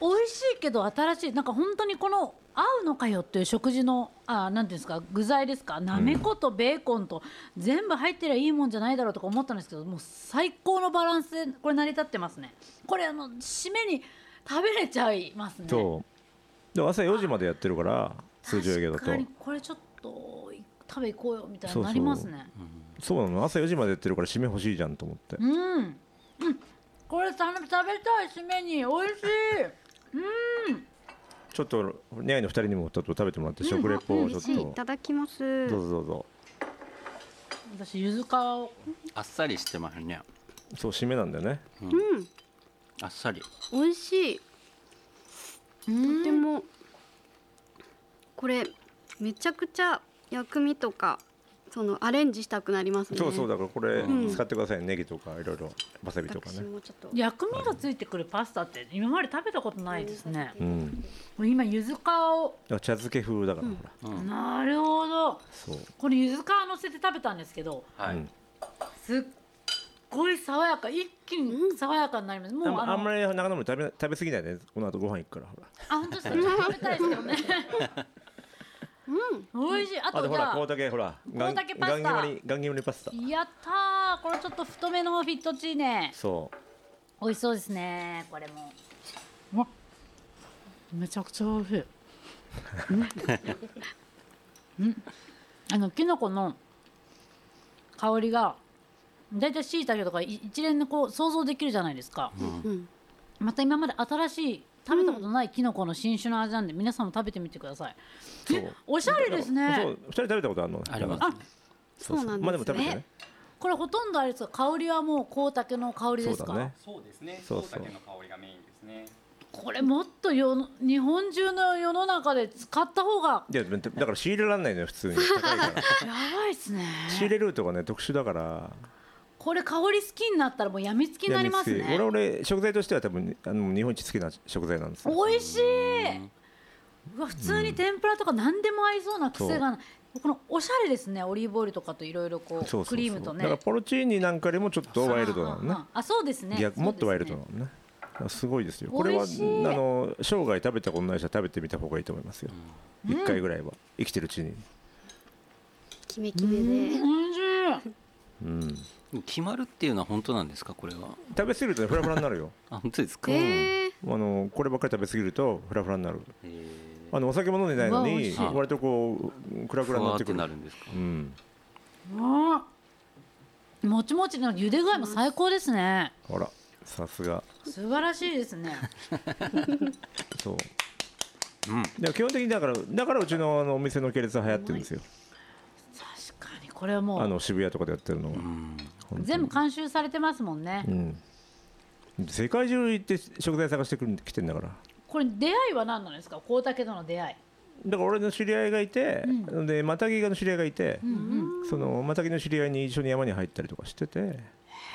Speaker 1: 美味しいけど新しいなんか本当にこの合うのかよっていう食事のあなんていうんですか具材ですかなめことベーコンと全部入ってりゃいいもんじゃないだろうとか思ったんですけどもう最高のバランスでこれ成り立ってますねこれあの締めに食べれちゃいますね
Speaker 2: そうでも朝4時までやってるから通常営業だ
Speaker 1: 確か
Speaker 2: と
Speaker 1: にこれちょっと食べ行こうよみたい
Speaker 2: そう
Speaker 1: にな
Speaker 2: そう
Speaker 1: りますね
Speaker 2: そうなの朝4時までやってるから締め欲しいじゃんと思って
Speaker 1: うん、うん、これた食べたい締めに美味しい
Speaker 2: ちょっとニャイの2人にもちょっと食べてもらって食レポを
Speaker 4: 美
Speaker 2: ちょ
Speaker 4: 味
Speaker 2: っ
Speaker 4: しい
Speaker 2: と
Speaker 4: いただきます
Speaker 2: どうぞどうぞ
Speaker 1: 私ゆず皮を
Speaker 3: あっさりしてますね
Speaker 2: そう締めなんだよね
Speaker 4: うん
Speaker 3: あっさり
Speaker 4: 美味しいとてもこれめちゃくちゃ薬味とかそのアレンジしたくなりますね
Speaker 2: そうそうだからこれ
Speaker 4: うん
Speaker 2: 使ってくださいネギとかいろいろわさびとか
Speaker 4: 私
Speaker 2: ね
Speaker 4: もちょっと
Speaker 1: 薬味がついてくるパスタって今まで食べたことないですね
Speaker 2: うん
Speaker 1: もう今柚子皮を
Speaker 2: だから茶漬け風だからほら
Speaker 3: うん
Speaker 1: なるほど
Speaker 2: そう
Speaker 1: これ柚子皮乗せて食べたんですけど
Speaker 3: は
Speaker 2: うん
Speaker 3: い
Speaker 1: すっごい爽やか一気に爽やかになります、もう
Speaker 2: あんま
Speaker 1: あの
Speaker 2: あんまり長野も食べ食べ過ぎないでこの後ご飯行くからほら
Speaker 1: あ本当ですか食べたいですけどね うん美味しいあ
Speaker 2: あ
Speaker 1: と
Speaker 2: と
Speaker 1: じ
Speaker 2: ほ
Speaker 1: ゃ
Speaker 2: ら
Speaker 1: あ
Speaker 2: こうだけほら
Speaker 1: こうだけパスタ
Speaker 2: ガンギマリガンギマリパスタ
Speaker 1: やったーこれちょっと太めのフィットチーネ
Speaker 2: そう
Speaker 1: 美味しそうですねこれもうわめちゃくちゃ美味しいうんうんあのきのこの香りが大体しいたけとかい一連のこう想像できるじゃないですか、
Speaker 4: うん
Speaker 1: また今まで新しい食べたことないきのこの新種の味なんで皆さんも食べてみてください、
Speaker 2: そう
Speaker 1: おしゃれですね
Speaker 2: そう二人食べたことあるの
Speaker 3: あります
Speaker 1: あ
Speaker 3: ね
Speaker 4: そうなん
Speaker 2: まあで
Speaker 4: で
Speaker 2: も
Speaker 4: す
Speaker 2: 食べて
Speaker 4: ね
Speaker 2: ね
Speaker 1: これほとんどあれですか香りはもう香茸の香り
Speaker 2: そ
Speaker 1: で
Speaker 2: う
Speaker 1: すか
Speaker 2: だね
Speaker 6: そうですね
Speaker 2: そう
Speaker 6: そう
Speaker 2: そう
Speaker 6: だけの香りがメインですね
Speaker 1: これもっと世の日本中の世の中で使った方が
Speaker 2: いやだから仕入れられないのよ普通に高いか ら
Speaker 1: やばいっすね
Speaker 2: 仕入れルートがね特殊だから
Speaker 1: これ香り好きになったらもうやみつきになります
Speaker 2: いや
Speaker 1: ね
Speaker 2: 俺俺食材としては多分あの日本一好きな食材なんですよ
Speaker 1: 美味しいうわ普通に天ぷらとか何でも合いそうな癖がないこのおしゃれですねオリーブオイルとかといろいろこ
Speaker 2: そうそう
Speaker 1: う
Speaker 2: そう
Speaker 1: クリームとね
Speaker 2: だからポルチーニなんかよりもちょっとワイルドなのね
Speaker 1: ああああそうですね
Speaker 2: 逆もっとワイルド
Speaker 1: そ
Speaker 2: な
Speaker 1: うで
Speaker 2: のねすごいですよこれは
Speaker 1: 美
Speaker 2: あ
Speaker 1: 味しい
Speaker 2: の生涯食べたことない人は食べてみた方がいいと思いますよ一、回ぐらいは生きてるうちに
Speaker 4: キメキメです
Speaker 1: ね美味しい
Speaker 3: 決まるっていうのは本当なんですかこれは
Speaker 2: 食べ過ぎるとねフラフラになるよ
Speaker 3: あ本当ですか、
Speaker 4: えー、
Speaker 2: あのこればっかり食べ過ぎるとフラフラになるあのお酒も飲んでない
Speaker 1: う
Speaker 2: の
Speaker 1: わ美
Speaker 2: に
Speaker 1: 味
Speaker 3: しい
Speaker 2: 割とこうクラク
Speaker 3: ふ
Speaker 2: ラにな
Speaker 3: わ
Speaker 2: って
Speaker 3: ーって
Speaker 2: くる
Speaker 3: なるんですか
Speaker 2: うん
Speaker 1: あもちもちの茹で具合も最高ですね
Speaker 2: ほらさすが
Speaker 1: 素晴らしいですね
Speaker 2: そう
Speaker 3: うん
Speaker 2: で基本的にだからだからうちのあのお店の系列は流行ってるんですよ
Speaker 1: 確かにこれはも
Speaker 2: あ
Speaker 1: う
Speaker 2: の渋谷とかでやってるのが、本当に
Speaker 1: 全部監修されてますもんね、
Speaker 2: うん、世界中行って食材探してくる来てんだから
Speaker 1: これ出会いは何なんですか光武との出会い
Speaker 2: だから俺の知り合いがいて、でマタギの知り合いがいて、そのマタギの知り合いに一緒に山に入ったりとかしてて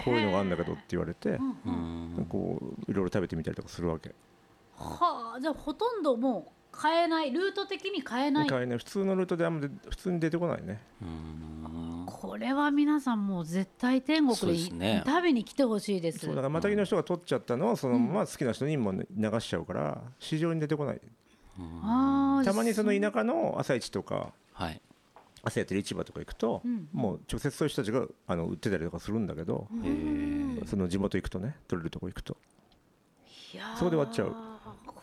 Speaker 2: こういうのがあるんだけどって言われて、
Speaker 3: うん
Speaker 2: こういろいろ食べてみたりとかするわけ
Speaker 1: はあじゃあほとんどもう変えないルート的に変えない
Speaker 2: 買えない普通のルートであんまり普通に出てこないね
Speaker 3: うん
Speaker 1: これは皆さんもう絶対天
Speaker 3: そう
Speaker 1: 国
Speaker 3: で
Speaker 1: です
Speaker 3: ね
Speaker 1: 食べに来てほしいです
Speaker 2: そうだからマタギの人が取っちゃったのをそのまま好きな人にも流しちゃうから市場に出てこない
Speaker 1: あー
Speaker 2: たまにその田舎の朝市とか
Speaker 3: はい
Speaker 2: 朝やってる市場とか行くと、
Speaker 1: ん
Speaker 2: もう直接そういう人たちがあの売ってたりとかするんだけど、
Speaker 3: えー
Speaker 2: その地元行くとね取れるとこ行くと
Speaker 1: いやー
Speaker 2: そこで終わっちゃう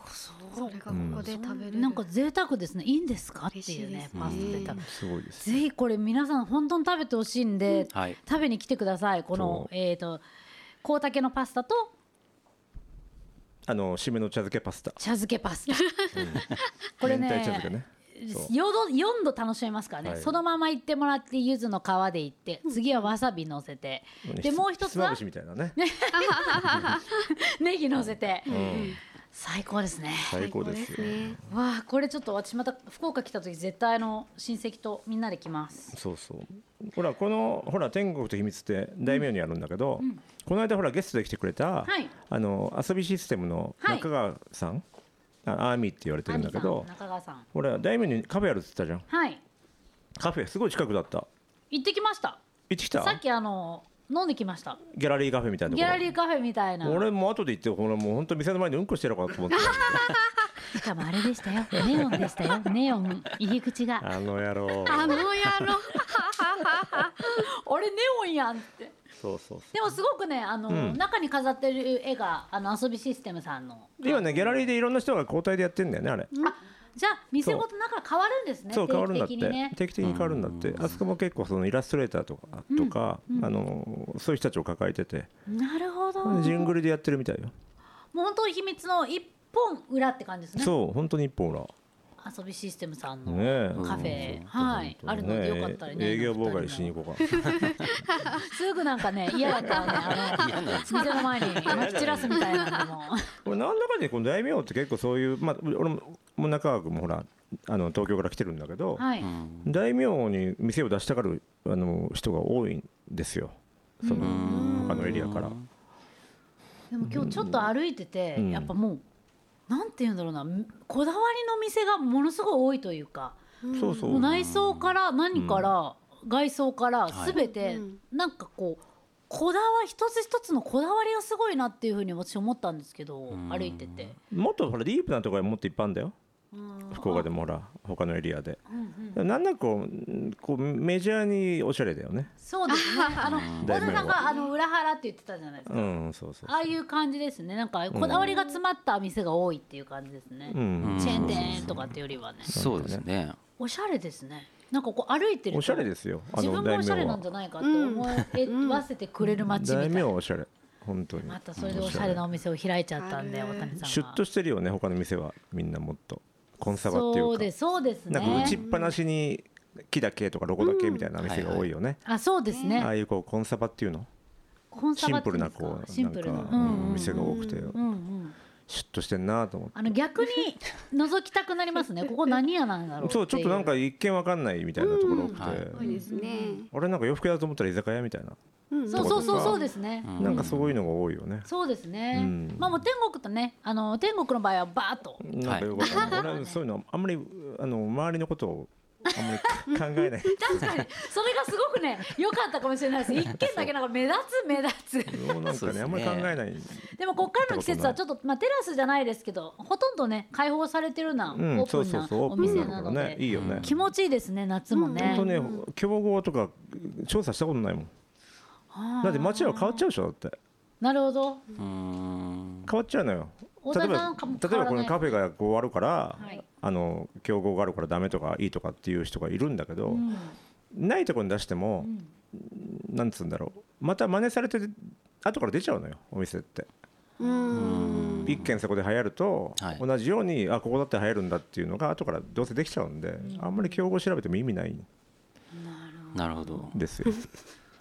Speaker 1: そう
Speaker 4: それがここで食べれる、
Speaker 1: なんか贅沢ですねいいんですかっていうね
Speaker 4: 嬉しいですね
Speaker 1: パスタで食べ
Speaker 2: すごいです
Speaker 1: ぜひこれ皆さん本当に食べてほしいんで、
Speaker 3: はい
Speaker 1: 食べに来てくださいこの
Speaker 2: そう
Speaker 1: えっ、と高竹のパスタと
Speaker 2: あの締めの茶漬けパスタ
Speaker 1: 茶漬けパスタこれね
Speaker 2: 明太茶漬けねそう
Speaker 1: 4度4度楽しめますからね、
Speaker 2: はい
Speaker 1: そのまま行ってもらって柚子の皮で行って次はわさび乗せて、で
Speaker 2: ひつ
Speaker 1: もう一
Speaker 2: ひつ
Speaker 1: つ
Speaker 2: ま
Speaker 1: は
Speaker 2: ぶしみたいなね
Speaker 1: ネギ乗せて、
Speaker 2: うん
Speaker 1: 最高ですね
Speaker 2: 最高ですよ
Speaker 4: ね
Speaker 1: わあこれちょっと私また福岡来た時絶対あの親戚とみんなで来ます
Speaker 2: そうそうほらこのほら天国と秘密って大名にあるんだけど、この間ほらゲストで来てくれた、
Speaker 1: はい
Speaker 2: あの遊びシステムの
Speaker 1: はい
Speaker 2: 中川さん、あアーミーって言われてるんだけ
Speaker 1: 兄
Speaker 2: ど
Speaker 1: さん中川さん
Speaker 2: ほら大名にカフェあるって言ったじゃん
Speaker 1: はい
Speaker 2: カフェすごい近くだった
Speaker 1: 行ってきました
Speaker 2: 行ってきた
Speaker 1: さっきあの飲んできました
Speaker 2: ギャラリーカフェみたいなと
Speaker 1: ギ
Speaker 2: こ
Speaker 1: ャ
Speaker 2: ろ
Speaker 1: ラリーカフェみたいな
Speaker 2: 俺もう後で行ってほらもう本当店の前にうんこしてやろう かと思って
Speaker 1: しかもあれでしたよネオンでしたよネオン入り口が
Speaker 2: あの野郎
Speaker 4: あの野郎
Speaker 1: 俺ネオンやんって
Speaker 2: そうそうそう
Speaker 1: でもすごくねあの、
Speaker 2: うん
Speaker 1: 中に飾ってる絵があの遊びシステムさんの
Speaker 2: 今ねギャラリーでいろんな人が交代でやってんだよねあれ、
Speaker 1: じゃあ店ごとだから変わるんですね
Speaker 2: そう変わるんだって
Speaker 1: 定期的にね
Speaker 2: 定期的に変わるんだってあそこも結構そのイラストレーターとかとか、あのそういう人たちを抱えてて
Speaker 1: なるほど
Speaker 2: ジングルでやってるみたいよ、
Speaker 1: もう本当に秘密の一本裏って感じですね
Speaker 2: そう本当に一本裏
Speaker 1: 遊びシステムさんの
Speaker 2: ねえ
Speaker 1: カフェ、はい、あるのでよかったらね
Speaker 2: 営業妨害しに行こうか
Speaker 1: すぐなんかね嫌だったらねあ
Speaker 3: 嫌なんで
Speaker 1: の店の前にまき散らすみたいなのも
Speaker 2: 俺なんだか んだでこの大名って結構そういうまあ俺ももう中川君もほらあの東京から来てるんだけど、
Speaker 1: はい、
Speaker 3: うん
Speaker 2: 大名に店を出したがるあの人が多いんですよその他のエリアから
Speaker 1: でも今日ちょっと歩いてて、
Speaker 2: うん
Speaker 1: やっぱもうなんて言うんだろうなこだわりの店がものすごい多いというか、
Speaker 2: そうそ
Speaker 1: もう
Speaker 2: う
Speaker 1: 内装から何から、外装から全て、
Speaker 4: うん
Speaker 1: なんかこうこだわ一つ一つのこだわりがすごいなっていうふうに私思ったんですけど、
Speaker 3: ん
Speaker 1: 歩いてて、
Speaker 2: もっとほらディープなところはもっといっぱいあるんだよ福岡でもほら他のエリアで、なんなくこうんこうメジャーにおしゃれだよね
Speaker 1: そうです ねあの
Speaker 2: だ
Speaker 1: 小
Speaker 2: いぶ
Speaker 1: 田さんがあの裏腹って言ってたじゃないですか、
Speaker 2: うんそうそう
Speaker 1: ああいう感じですねなんかこだわりが詰まった店が多いっていう感じですね、
Speaker 2: うん
Speaker 1: チェーン店とかってよりはね
Speaker 3: そうですね
Speaker 1: おしゃれですねなんかこう歩いてると
Speaker 2: おしゃれですよあ
Speaker 1: 自
Speaker 2: の
Speaker 1: 分も
Speaker 2: 大
Speaker 1: おしゃ
Speaker 2: 名
Speaker 1: れなん
Speaker 2: は
Speaker 1: じゃないかと思わせてくれる街みた
Speaker 2: 大
Speaker 1: い
Speaker 2: 名
Speaker 1: な
Speaker 2: はおしゃれ本当に
Speaker 1: またそれでおしゃれなお店を開いちゃったんで
Speaker 4: うん
Speaker 1: 大谷さんが
Speaker 2: シュッとしてるよね他の店はみんなもっとコンサバってい
Speaker 1: そうう
Speaker 2: か
Speaker 1: ですそうです
Speaker 2: なんか打ちっ
Speaker 1: ね
Speaker 2: ぱなしに木だけとかロゴだけみたいな店が多いよね、
Speaker 1: あそうです
Speaker 2: ああ
Speaker 1: ね
Speaker 2: いうこうコンサバっていうの
Speaker 1: コンサ
Speaker 2: シ
Speaker 1: バ
Speaker 2: ン
Speaker 1: って
Speaker 2: プ
Speaker 1: い
Speaker 2: ル
Speaker 1: うん
Speaker 2: な
Speaker 1: です
Speaker 2: こ
Speaker 1: か
Speaker 2: う
Speaker 1: シンプル
Speaker 2: な
Speaker 1: なん
Speaker 2: か、
Speaker 1: う
Speaker 2: うん
Speaker 1: んうん
Speaker 2: 店が多くて、
Speaker 1: うんうん
Speaker 2: シュッとしてんなと思って
Speaker 1: あの逆に覗きたくなり ますねここ何屋なんだろう
Speaker 2: そうちょっとなんか
Speaker 1: て
Speaker 2: 一見わかんないみたいなところ多くて、
Speaker 3: うんはい
Speaker 4: 多いですね、
Speaker 2: 俺なんか洋服屋だと思ったら居酒屋みたいな、
Speaker 4: うん
Speaker 1: いうそうそうそうそうですね
Speaker 3: うん
Speaker 2: なんかそういうのが多いよね、
Speaker 1: そうですね
Speaker 2: うん
Speaker 1: まあもう天国とねあの天国の場合はバーッと
Speaker 2: なんかよくわかんない、俺はそういうのあんまりあの周りのことをあんまり考えない
Speaker 1: 確かにそれがすごくね良かったかもしれないです一見だけなんか目立つ目立つ
Speaker 2: もうなん
Speaker 3: そ
Speaker 2: か
Speaker 3: う
Speaker 2: ね
Speaker 3: ですね
Speaker 2: あんまり考えない
Speaker 1: でもこっからの季節はちょっと、まあ、テラスじゃないですけどほとんどね開放されてるな、オ
Speaker 2: うん
Speaker 1: ープ
Speaker 2: そう
Speaker 1: ン
Speaker 2: そう
Speaker 1: な
Speaker 2: そうオ
Speaker 1: お
Speaker 2: ープン
Speaker 1: 店
Speaker 2: だか
Speaker 1: な
Speaker 2: ら
Speaker 1: の
Speaker 2: ね
Speaker 1: で、
Speaker 2: いいよね、
Speaker 1: 気持ちいいですね夏もね,、
Speaker 2: 本当ね、競合とか調査したことないもん。だって街は変わっちゃうでしょだって
Speaker 1: なるほど
Speaker 3: うん
Speaker 2: 変わっちゃうのよ
Speaker 1: 大
Speaker 2: 例え
Speaker 1: 谷さん
Speaker 2: ば
Speaker 1: は変わ
Speaker 2: 例えば
Speaker 1: 変わら
Speaker 2: こ
Speaker 1: な
Speaker 2: の
Speaker 1: い
Speaker 2: カフェがこうあるから、
Speaker 1: はい
Speaker 2: あの競合があるからダメとかいいとかっていう人がいるんだけど、
Speaker 1: うん
Speaker 2: ないところに出しても、なんつうんだろうまた真似されて後から出ちゃうのよお店って、
Speaker 4: うん
Speaker 2: 一軒そこで流行ると、
Speaker 3: はい
Speaker 2: 同じようにあここだって流行るんだっていうのが後からどうせできちゃうんで、あんまり競合調べても意味ないん
Speaker 3: なるほど
Speaker 2: ですよ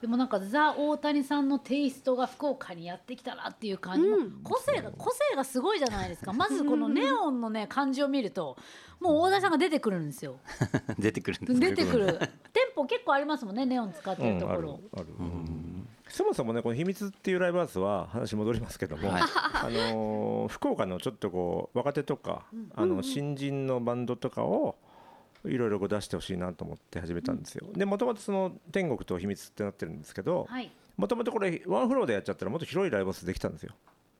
Speaker 1: でもなんかザ・大谷さんのテイストが福岡にやってきたらっていう感じも、
Speaker 4: うん
Speaker 1: 個性が個性がすごいじゃないです かまずこのネオンのね感じを見るともう大谷さんが出てくるんですよ
Speaker 3: 出てくるんですね
Speaker 1: 出てくる店舗結構ありますもんねネオン使ってるところ、
Speaker 2: うん、あるある、そもそもねこの「秘密」っていうライブハウスは話戻りますけども、
Speaker 3: はい
Speaker 2: あのー福岡のちょっとこう若手とか、あの新人のバンドとかをいろいろこう出してほしいなと思って始めたんですよ、でもともとその「天国と秘密」ってなってるんですけど
Speaker 1: はい
Speaker 2: もともとこれワンフローでやっちゃったらもっと広いライブハウスできたんですよ、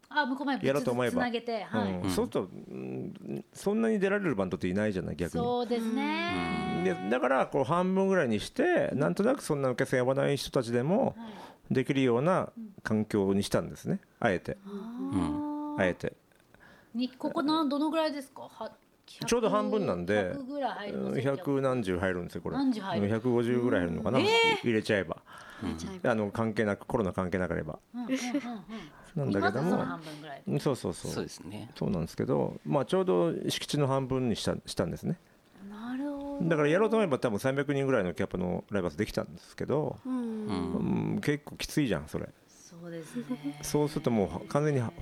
Speaker 1: あ向こう前
Speaker 2: やろうと思えば
Speaker 1: つなげてはい、
Speaker 2: うんそうすると、うんそんなに出られるバンドっていないじゃない逆に
Speaker 1: そうですね
Speaker 2: でだからこう半分ぐらいにしてなんとなくそんなお客さん呼ばない人たちでもできるような環境にしたんですねあえて
Speaker 1: あー
Speaker 2: あえて
Speaker 1: にここなんどのぐらいですかは100
Speaker 2: ちょうど半分なんで
Speaker 1: 100ぐらい入りますよ
Speaker 2: 100何十入るんですよこれ
Speaker 1: 何十入る
Speaker 2: 150ぐらい入るのかな、
Speaker 1: うんえ
Speaker 2: 入れちゃえば
Speaker 4: 入れちゃえば
Speaker 2: あの関係なくコロナ関係なければ
Speaker 1: うんうんうんう
Speaker 2: なんんだけ
Speaker 1: 今
Speaker 2: ど
Speaker 1: その
Speaker 2: も
Speaker 1: 半分ぐらい
Speaker 2: うんそうそうそう
Speaker 3: そうですね
Speaker 2: そうなんですけど、まあ、ちょうど敷地の半分にしたしたんですね
Speaker 1: なるほど
Speaker 2: だからやろうと思えば多分300人ぐらいのキャパのライブハウスできたんですけど、
Speaker 4: う、
Speaker 3: うん
Speaker 2: うんん、結構きついじゃんそれ
Speaker 1: そうですね
Speaker 2: そうするともうは完全には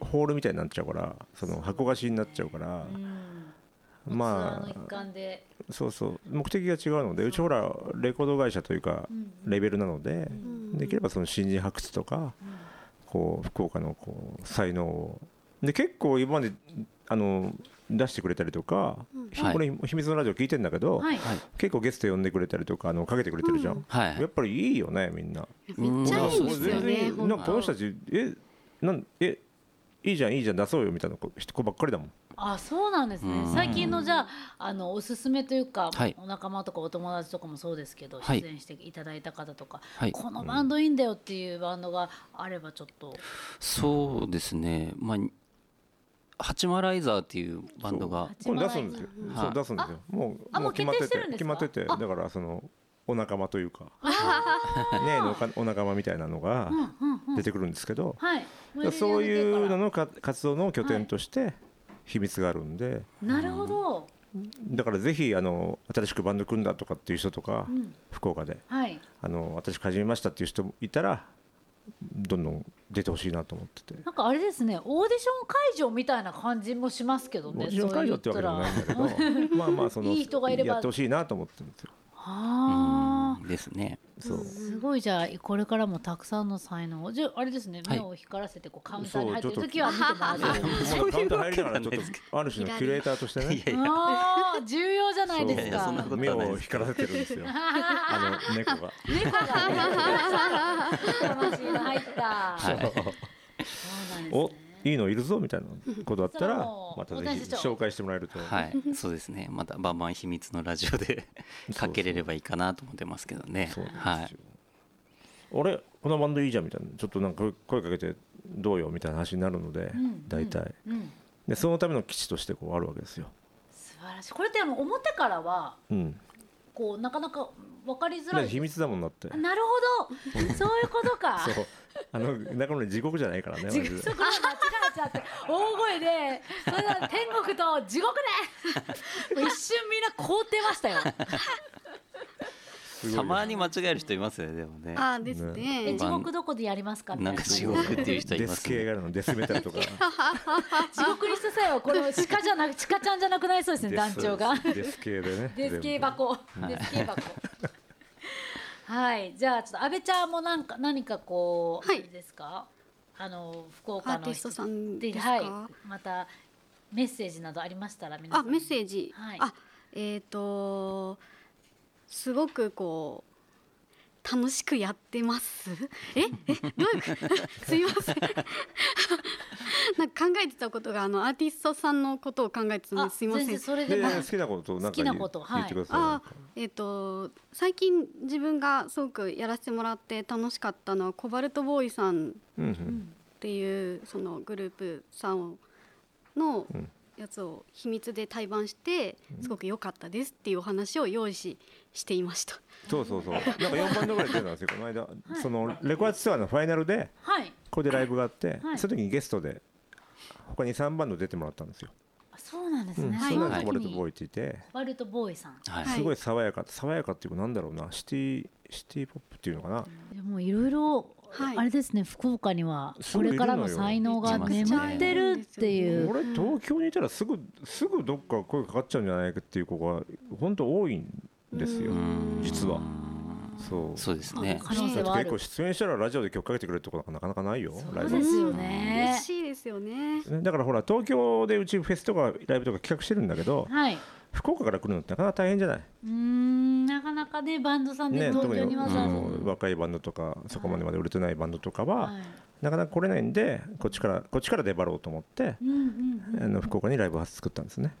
Speaker 2: ホールみたいになっちゃうからその箱貸しになっちゃうから
Speaker 1: うんツアー
Speaker 2: ま
Speaker 1: の一
Speaker 2: あ
Speaker 1: 環で
Speaker 2: そうそう目的が違うのでうちほらレコード会社というか
Speaker 1: うん
Speaker 2: レベルなので
Speaker 4: うん
Speaker 2: できればその新人発掘とかこう福岡のこう才能をで結構今まであの出してくれたりとか、ひ
Speaker 3: はい
Speaker 2: これ秘密のラジオ聞いてんだけど、
Speaker 1: はい
Speaker 3: はい
Speaker 2: 結構ゲスト呼んでくれたりとかあのかけてくれてるじゃん、
Speaker 3: は
Speaker 2: や
Speaker 3: い
Speaker 2: っぱりいいよねみんな
Speaker 4: めっちゃいいんですよ
Speaker 2: 全然
Speaker 4: ね
Speaker 2: いいなんかこの人た
Speaker 4: 本
Speaker 2: ちえなんえいいじゃんいいじゃん出そうよみたいな子子ばっかりだもん
Speaker 1: あそうなんですね
Speaker 3: うん
Speaker 1: 最近のじゃああのおすすめというか、
Speaker 3: はい
Speaker 1: お仲間とかお友達とかもそうですけど、
Speaker 3: はい
Speaker 1: 出演していただいた方とか、
Speaker 3: はい
Speaker 1: このバンドいいんだよっていうバンドがあればちょっと、
Speaker 3: そうですねまあハチマライザーっていうバンドが
Speaker 2: これ出すんですよ、
Speaker 3: はい
Speaker 2: そう出すんですよもう
Speaker 1: あもう決定してるんですか
Speaker 2: 決まっててだからそのお仲間というか ねえのおかお仲間みたいなのが
Speaker 1: うんうんうん
Speaker 2: 出てくるんですけど、
Speaker 1: はい
Speaker 2: だからそういう
Speaker 1: の
Speaker 2: ののか活動の拠点として秘密があるんで、
Speaker 1: なるほど、
Speaker 2: だからぜひあの新しくバンド組んだとかっていう人とか、
Speaker 1: うん
Speaker 2: 福岡で
Speaker 1: はい
Speaker 2: あの私始めましたっていう人もいたらどんどん出てほしいなと思ってて。
Speaker 1: なんかあれですねオーディション会場みたいな感じもしますけどね
Speaker 2: もちろん解除ってわけでもないんだけど、まあまあその
Speaker 1: いい人がいれば
Speaker 2: やってほしいなと思ってるんですよ。
Speaker 1: あ
Speaker 3: うんですね
Speaker 2: そう。
Speaker 1: ーすごいじゃあこれからもたくさんの才能をじゃああれですね
Speaker 3: はい
Speaker 1: 目を光らせてこうカウンターに入ってる
Speaker 2: そうちょっと
Speaker 1: 時は見てもらう
Speaker 2: もうカウンター入りながらちょっ
Speaker 3: そういうわけなんですけ
Speaker 2: とある種のキュレーターとしてね
Speaker 3: いやいや
Speaker 1: あー重要じゃないです
Speaker 3: いや
Speaker 1: か
Speaker 3: そんなこと
Speaker 2: 目
Speaker 3: はな
Speaker 2: を
Speaker 3: いです
Speaker 2: 光らせてるんです よあの猫が
Speaker 1: 猫が魂が入った、
Speaker 3: はい
Speaker 1: そうなんですね
Speaker 2: おいいのいるぞみたいなことだったら
Speaker 1: そう
Speaker 2: またぜひ
Speaker 1: 私たちを
Speaker 2: 紹介してもらえる と
Speaker 3: はい、そうですね。またバンバン秘密のラジオでかけれればいいかなと思ってますけどね
Speaker 2: そう。なん
Speaker 3: は
Speaker 2: です
Speaker 3: い
Speaker 2: よ。俺このバンドいいじゃんみたいなちょっとなんか声かけてどうよみたいな話になるので
Speaker 1: ん
Speaker 2: 大体
Speaker 1: うん、
Speaker 2: でそのための基地としてこうあるわけですよ
Speaker 1: 素晴らしいこれってあの表からは
Speaker 2: うん
Speaker 1: こうなかなか分かりづ
Speaker 2: だ
Speaker 1: ら
Speaker 2: って
Speaker 1: い
Speaker 2: 秘密だもんだって
Speaker 1: なるほどそういうことか
Speaker 2: そうあの中村地獄じゃないからねマジ
Speaker 1: 地
Speaker 2: で
Speaker 1: 獄そこで間違えちゃって大声でそれでは天国と地獄でもう一瞬みんな凍ってましたよ
Speaker 2: ごいよ
Speaker 3: たまに間違える人いますよね、でもね。
Speaker 4: あーです
Speaker 1: え
Speaker 4: ね
Speaker 1: 地獄どこでやりますかみた
Speaker 3: ないん
Speaker 1: な
Speaker 3: か地獄っていう人い
Speaker 2: デ
Speaker 3: ま
Speaker 2: ス
Speaker 3: す
Speaker 2: 系
Speaker 3: ね。
Speaker 2: があるのデスメタルとか
Speaker 1: 地獄にした際はこの鹿じゃなく鹿ちゃんじゃなくなりそうですね 団長が
Speaker 2: デス系でね
Speaker 1: デス系箱デス系箱はいじゃあちょっと安倍ちゃんもなんか何かこう、
Speaker 4: はい
Speaker 1: あれですかあの福
Speaker 4: ア
Speaker 1: 岡
Speaker 4: ー
Speaker 1: の
Speaker 4: ティストさん
Speaker 1: で
Speaker 4: ですか、
Speaker 1: はいまたメッセージなどありましたら皆さ
Speaker 4: あ
Speaker 1: ん
Speaker 4: メッセージ、
Speaker 1: はい
Speaker 4: あえっ、とすごくこう楽しくやってます。ええどういう すいません。 なんか考えてたことがあのアーティストさんのことを考えてたん
Speaker 1: あ
Speaker 4: ですすいませ
Speaker 1: 全然
Speaker 4: ん。
Speaker 1: それで
Speaker 2: で
Speaker 1: も
Speaker 2: 好きなことなんか
Speaker 1: 好
Speaker 2: 言
Speaker 1: きなことはい
Speaker 2: 言ってくだ
Speaker 4: あ
Speaker 2: さ
Speaker 4: えっ、と最近自分がすごくやらせてもらって楽しかったのはコバルトボーイさん
Speaker 2: いうんうん
Speaker 4: っていうそのグループさんをの
Speaker 2: うん
Speaker 4: やつを秘密で対バンしてすごく良かったですっていうお話を用意ししていました。
Speaker 2: そうそうそうなんか4番ぐらい出てたんですよこの間そのレコアツアーのファイナルで
Speaker 1: はい
Speaker 2: ここでライブがあって
Speaker 1: はい
Speaker 2: その時にゲストで他に3バンド出てもらったんですよ
Speaker 1: あそうなんです
Speaker 2: う
Speaker 1: ね、
Speaker 2: ん
Speaker 1: はい
Speaker 2: そ
Speaker 1: そ
Speaker 2: の
Speaker 1: の
Speaker 2: 中
Speaker 1: 時に
Speaker 2: にコバルトボーイっていて
Speaker 1: コバルトボーイさん
Speaker 3: はい。
Speaker 4: はい
Speaker 2: すごい爽やか爽やかっていうかなんだろうなシティシティポップっていうのかな
Speaker 1: でもいろいろ
Speaker 4: はい
Speaker 1: あれですね福岡には
Speaker 2: そ
Speaker 1: こ
Speaker 2: う
Speaker 1: れからの才能が眠ってるっていう
Speaker 2: 俺東京にいたらすぐすぐどっか声かかっちゃうんじゃないかっていう子が本当多いんですよ
Speaker 3: うん
Speaker 2: 実はそう
Speaker 3: そうですね。
Speaker 1: 可能性はあ
Speaker 2: 結
Speaker 1: る
Speaker 2: 構出演したらラジオで曲かけてくれるとこなかなかないよライ
Speaker 1: そう
Speaker 2: ブ
Speaker 1: ですよ
Speaker 4: 嬉
Speaker 1: ね、
Speaker 4: しいですよね。
Speaker 2: ねだからほら東京でうちフェスとかライブとか企画してるんだけど
Speaker 1: はいう
Speaker 2: 福岡から来るのってなかなか大変じゃない、
Speaker 1: ーんなかなかねバンドさんで
Speaker 2: ね、
Speaker 1: 東
Speaker 2: 特に
Speaker 1: 京にわざわざ、
Speaker 2: あの若いバンドとかそこまでまで売れてないバンドとかは、
Speaker 1: はい
Speaker 2: なかなか来れないんでこっちからこっちから出張ろうと思って、
Speaker 1: うんうん
Speaker 2: あの福岡にライブハウス作ったんですね。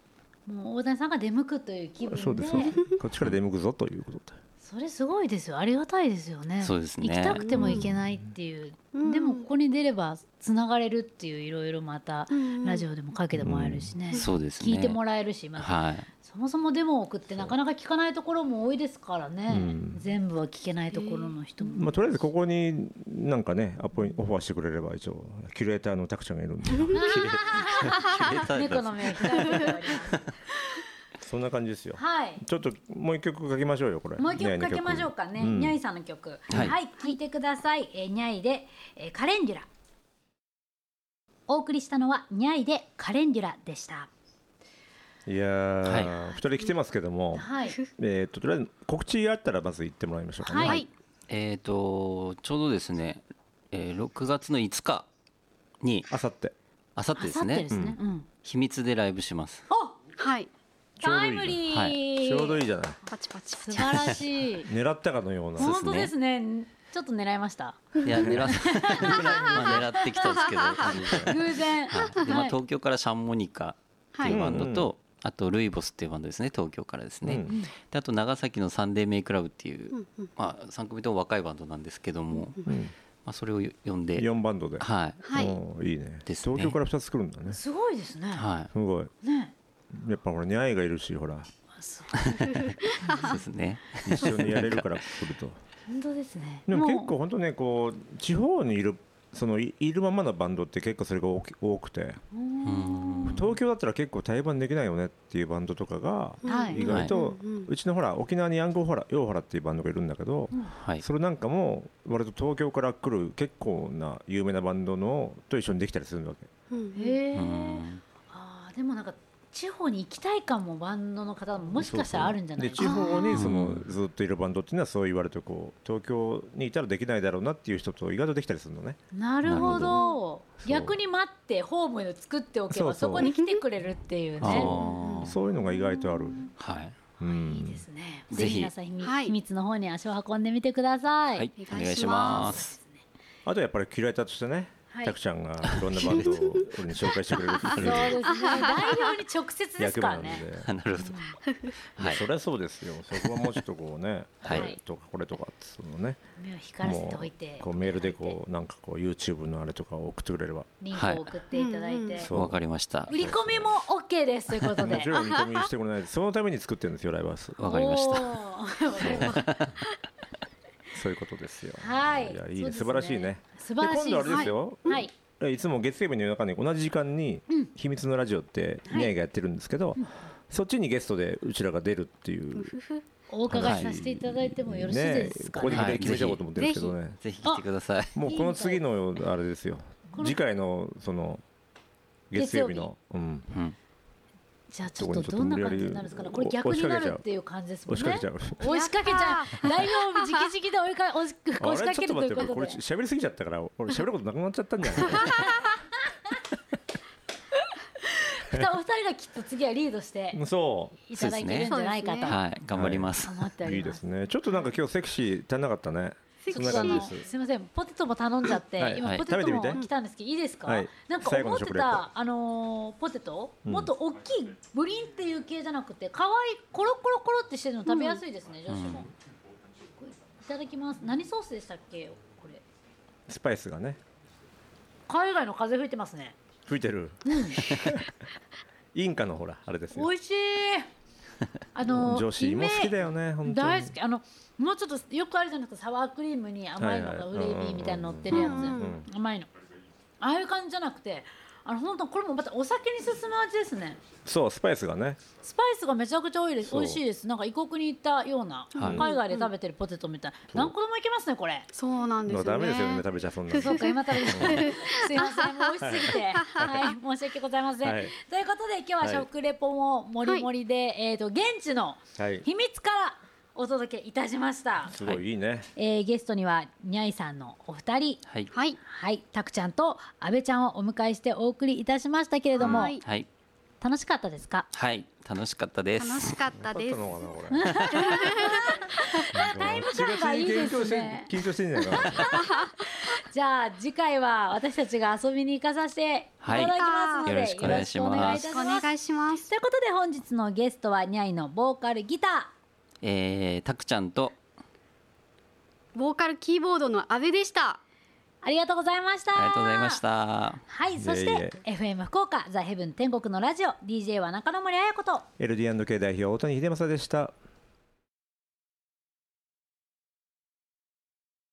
Speaker 1: うん、もう大谷さんが出向くという気分で
Speaker 2: そうですそうですこっちから出向くぞということで
Speaker 1: それすごいですよありがたいですよね
Speaker 3: そうですね
Speaker 1: 行きたくても行けないっていう、
Speaker 4: うん
Speaker 1: でもここに出ればつながれるっていういろいろまた
Speaker 4: うん
Speaker 1: ラジオでもかけてもらえるしね、
Speaker 3: そうですね
Speaker 1: 聞いてもらえるしまた
Speaker 3: はい
Speaker 1: そもそもデモを送ってなかなか聞かないところも多いですからね、
Speaker 2: うん
Speaker 1: 全部は聞けないところの人も、
Speaker 2: まあ、とりあえずここになんかねアポインオファーしてくれれば一応キュレーターのタクちゃんがいるんで
Speaker 3: キュレーター
Speaker 1: 猫の目を控えており ます
Speaker 2: そんな感じですよ
Speaker 1: はい
Speaker 2: ちょっともう一曲かけましょうよこれ
Speaker 1: もう一曲かけましょうかね、
Speaker 2: うん
Speaker 1: ニャイさんの曲は、
Speaker 3: はいい
Speaker 1: 聞いてください、えー、ニャイで、えーカレンデュラお送りしたのはニャイでカレンデュラでした
Speaker 2: いやー、二人来てますけども、
Speaker 1: はい
Speaker 2: えー、ととりあえず告知あったらまず言ってもらいましょうかね、
Speaker 1: はい
Speaker 3: えっ、とちょうどですね、えー6月の5日に
Speaker 2: あさって
Speaker 3: あさっ
Speaker 1: あ
Speaker 3: てで
Speaker 1: さ
Speaker 3: す
Speaker 1: って
Speaker 3: ね
Speaker 1: ですね、うん
Speaker 3: 秘密でライブします
Speaker 4: はい
Speaker 1: タイムリー、
Speaker 3: は
Speaker 2: ちょうどいいじゃない
Speaker 4: パチパチ
Speaker 1: 素晴らしい
Speaker 2: 狙ったかのような
Speaker 1: 本当ですねちょっと狙いました
Speaker 3: いや狙っ まあ狙ってきたんですけどはい
Speaker 1: 偶然
Speaker 3: でまあ、
Speaker 1: はい
Speaker 3: 東京からシャンモニカっていうバンドと、
Speaker 2: は
Speaker 3: あとルイボスっていうバンドですね東京からですね、
Speaker 2: うん
Speaker 3: であと長崎のサンデーメイクラブっていう、まあ、3組とも若いバンドなんですけども、ま
Speaker 2: うん
Speaker 3: あ、それを呼んで、
Speaker 2: 4バンドで、
Speaker 3: はい
Speaker 4: はい
Speaker 2: おーいいね
Speaker 3: ですね
Speaker 2: 東京から2つ来るんだねす
Speaker 1: すごいですね、
Speaker 3: は
Speaker 2: ごい
Speaker 1: ね
Speaker 2: やっぱほらニャイがいるしほら
Speaker 3: い、そうですね
Speaker 2: 一緒にやれるから来ると
Speaker 1: 本当ですね
Speaker 2: でも
Speaker 1: う
Speaker 2: 結構本当ねこう地方にいるそのいいるままのバンドって結構それが多き多くて
Speaker 3: うん
Speaker 2: 東京だったら結構対バンできないよねっていうバンドとかが
Speaker 1: はい
Speaker 2: 意外と、
Speaker 4: うんうんうん
Speaker 2: うちのほら沖縄にヤングホラヨーホラっていうバンドがいるんだけど、
Speaker 3: はい
Speaker 2: それなんかも割と東京から来る結構な有名なバンドのと一緒にできたりするわけ
Speaker 4: うん
Speaker 1: へえ、
Speaker 3: うん
Speaker 1: あーでもなんか地方に行きたい感もバンドの方ももしかしたらあるんじゃない
Speaker 2: で
Speaker 1: か
Speaker 2: 地
Speaker 1: な
Speaker 2: 方にその
Speaker 3: うん
Speaker 2: ずっといるバンドっていうのはそう言われてこう東京にいたらできないだろうなっていう人と意外とできたりするのね
Speaker 1: なるほ
Speaker 3: なるほ
Speaker 1: ど
Speaker 2: そう
Speaker 1: 逆に待ってホームを作っておけば
Speaker 2: そ
Speaker 1: そう
Speaker 2: そう
Speaker 1: こに来てくれるっていう
Speaker 3: あ
Speaker 1: ね
Speaker 3: ー
Speaker 2: そういうのが意外とある、
Speaker 3: はい
Speaker 2: うん
Speaker 1: いいですね
Speaker 3: うん
Speaker 1: ぜひ皆さん秘密
Speaker 4: はい
Speaker 1: 秘密の方に足を運んでみてください、
Speaker 3: はい
Speaker 4: お
Speaker 3: お
Speaker 4: 願
Speaker 3: 願
Speaker 4: い
Speaker 3: い
Speaker 4: し
Speaker 3: し
Speaker 4: ま
Speaker 3: ます
Speaker 2: あとやっぱりキュレーターとしてね、
Speaker 1: はい
Speaker 2: たくちゃんがいろんなバンドを俺に紹介してくれるって
Speaker 1: そう
Speaker 2: い
Speaker 1: ですね代
Speaker 2: う
Speaker 1: 表に直接です
Speaker 2: 役
Speaker 1: から
Speaker 2: 目なんで
Speaker 1: ね。
Speaker 3: あ なるほどはい
Speaker 2: そりゃそうですよそこはもうちょっとこうね、
Speaker 3: はい
Speaker 2: これとかこれとかっつうのね
Speaker 1: 目を光らせておいて
Speaker 2: こうメールでこうなんかこう YouTube のあれとかを送ってくれれば
Speaker 1: リンクを送っていただいて、
Speaker 4: はい
Speaker 2: そう
Speaker 3: わかりました
Speaker 1: 売り込みも OK ですということ
Speaker 2: も
Speaker 1: で
Speaker 2: ちろん見込みしてもら えないそのために作ってるんですよライブハウス
Speaker 3: わかりました
Speaker 1: た
Speaker 2: そういうことですよ
Speaker 1: はい
Speaker 2: やいい
Speaker 1: そう
Speaker 2: ね
Speaker 1: です
Speaker 2: 素晴らしいね
Speaker 1: 素
Speaker 2: で
Speaker 1: 晴らしい
Speaker 2: 今度あれですよ、
Speaker 1: はいはい
Speaker 2: い、つも月曜日の夜中に同じ時間に「秘密のラジオ」ってニャイがやってるんですけど、そっちにゲストでうちらが出るっていう
Speaker 1: お伺いさせていただいてもよろしいですか
Speaker 2: ね、ここで
Speaker 1: ね。
Speaker 2: 決め決めちゃおうと思ってるんですけどね、
Speaker 3: ぜひ来てください
Speaker 2: もうこの次のあれですよ次回のその月曜日のうん、
Speaker 3: うん
Speaker 1: じゃあちょっとどんな感じになるんですかね。これ逆になるっていう感じですもんね。
Speaker 2: 押しかけちゃ
Speaker 1: 追いしかけちゃう。代表部直々で追いか押し
Speaker 2: あ
Speaker 1: 押し
Speaker 2: れ
Speaker 1: か
Speaker 2: ちょ
Speaker 1: け
Speaker 2: っ
Speaker 1: ると
Speaker 2: と待
Speaker 1: い
Speaker 2: って
Speaker 1: うこ
Speaker 2: ことれ
Speaker 1: で。
Speaker 2: 喋りすぎちゃったから俺喋ることなくなっちゃったんじゃない
Speaker 1: ふたお二人がきっと次はリードして
Speaker 2: そ
Speaker 1: いただけるんじゃないかと
Speaker 3: はい頑張ります
Speaker 1: 思ってお
Speaker 2: ういい
Speaker 1: り
Speaker 2: で
Speaker 1: ます
Speaker 2: す。ねちょっとなんか今日セクシー足んなかったね
Speaker 4: セ
Speaker 2: そ
Speaker 4: ク
Speaker 2: ん
Speaker 4: シ
Speaker 2: な
Speaker 4: ー
Speaker 2: 感じ
Speaker 4: な
Speaker 2: で
Speaker 4: 感
Speaker 2: す
Speaker 1: すみません、ポテトも頼んじゃって、
Speaker 2: はい
Speaker 1: 今
Speaker 3: はい
Speaker 1: ポテト
Speaker 2: 食べ
Speaker 1: も
Speaker 2: てみて
Speaker 1: 来たんですけど、いいですか、
Speaker 2: はい
Speaker 1: なんか
Speaker 2: 最後
Speaker 1: 思
Speaker 2: の
Speaker 1: って
Speaker 2: 食レポ
Speaker 1: た、あのーポテト、もっと大きい、ブリンっていう系じゃなくて、可愛いコロコロコロってしてるの食べやすいですね、女子も、これいただきます。何ソースでしたっけ、これ。
Speaker 2: スパイスがね
Speaker 1: 海外の風吹いてますね。
Speaker 2: 吹いてるインカのほらあれですよ
Speaker 1: 美味しい。あのー
Speaker 2: 女子も好きだよね
Speaker 1: イメー
Speaker 2: 本
Speaker 1: ジ
Speaker 2: 当に
Speaker 1: 大好きあのもうちょっとよくあるじゃないですかサワークリームに甘いの
Speaker 2: はい
Speaker 1: が
Speaker 2: はい
Speaker 1: ウレービーみたいなの乗ってるやつ、
Speaker 4: うんうん
Speaker 2: うん
Speaker 1: 甘いのああいう感じじゃなくてあの本当これもまたお酒に進む味ですね
Speaker 2: そうスパイスがね
Speaker 1: スパイスがめちゃくちゃ多いです
Speaker 2: そう
Speaker 1: 美味しいですなんか異国に行ったような、
Speaker 3: はい
Speaker 1: 海外で食べてるポテトみたいな、何個でもいけますねこれ
Speaker 4: そうなんです
Speaker 2: だ
Speaker 4: よ
Speaker 2: からダメ
Speaker 4: ね。
Speaker 2: ですよね食べちゃそんなの
Speaker 1: そうか今食べてるすいませんもう美味しすぎ てはい申し訳ございません、
Speaker 2: はい
Speaker 1: ということで今日は食レポももりもりで、えー、と現地の
Speaker 2: はい
Speaker 1: 秘密からお届けいたしました、
Speaker 2: すごいいいね
Speaker 1: えーゲストにはにゃいさんのお二人
Speaker 3: はい
Speaker 4: はい、
Speaker 1: はいたくちゃんと阿部ちゃんをお迎えしてお送りいたしましたけれども、
Speaker 4: はい
Speaker 3: はい
Speaker 1: 楽しかったですか
Speaker 3: はい楽しかったです
Speaker 4: 楽しかった
Speaker 2: あっ
Speaker 4: で
Speaker 2: た
Speaker 4: す。
Speaker 2: のかなこれ
Speaker 1: タイム感 がいいですね
Speaker 2: 緊張してんじゃないか な
Speaker 1: じゃあ次回は私たちが遊びに行かさせていただきますので、
Speaker 3: はいよろしくお願いします
Speaker 1: よろ
Speaker 4: よ
Speaker 1: く
Speaker 4: ろ
Speaker 1: お
Speaker 4: しく
Speaker 1: 願
Speaker 4: お
Speaker 1: いいたします
Speaker 4: 願いします。
Speaker 1: ということで本日のゲストはにゃいのボーカルギター
Speaker 3: えー、たくちゃんと
Speaker 4: ボーカルキーボードの阿部でした
Speaker 1: ありがとうございました
Speaker 3: ありがとうございました。
Speaker 1: はいそし
Speaker 2: いえ
Speaker 1: て FM 福岡ザ・ヘブン天国のラジオ DJ は中野森彩子と
Speaker 2: LD&K 代表大谷秀正でした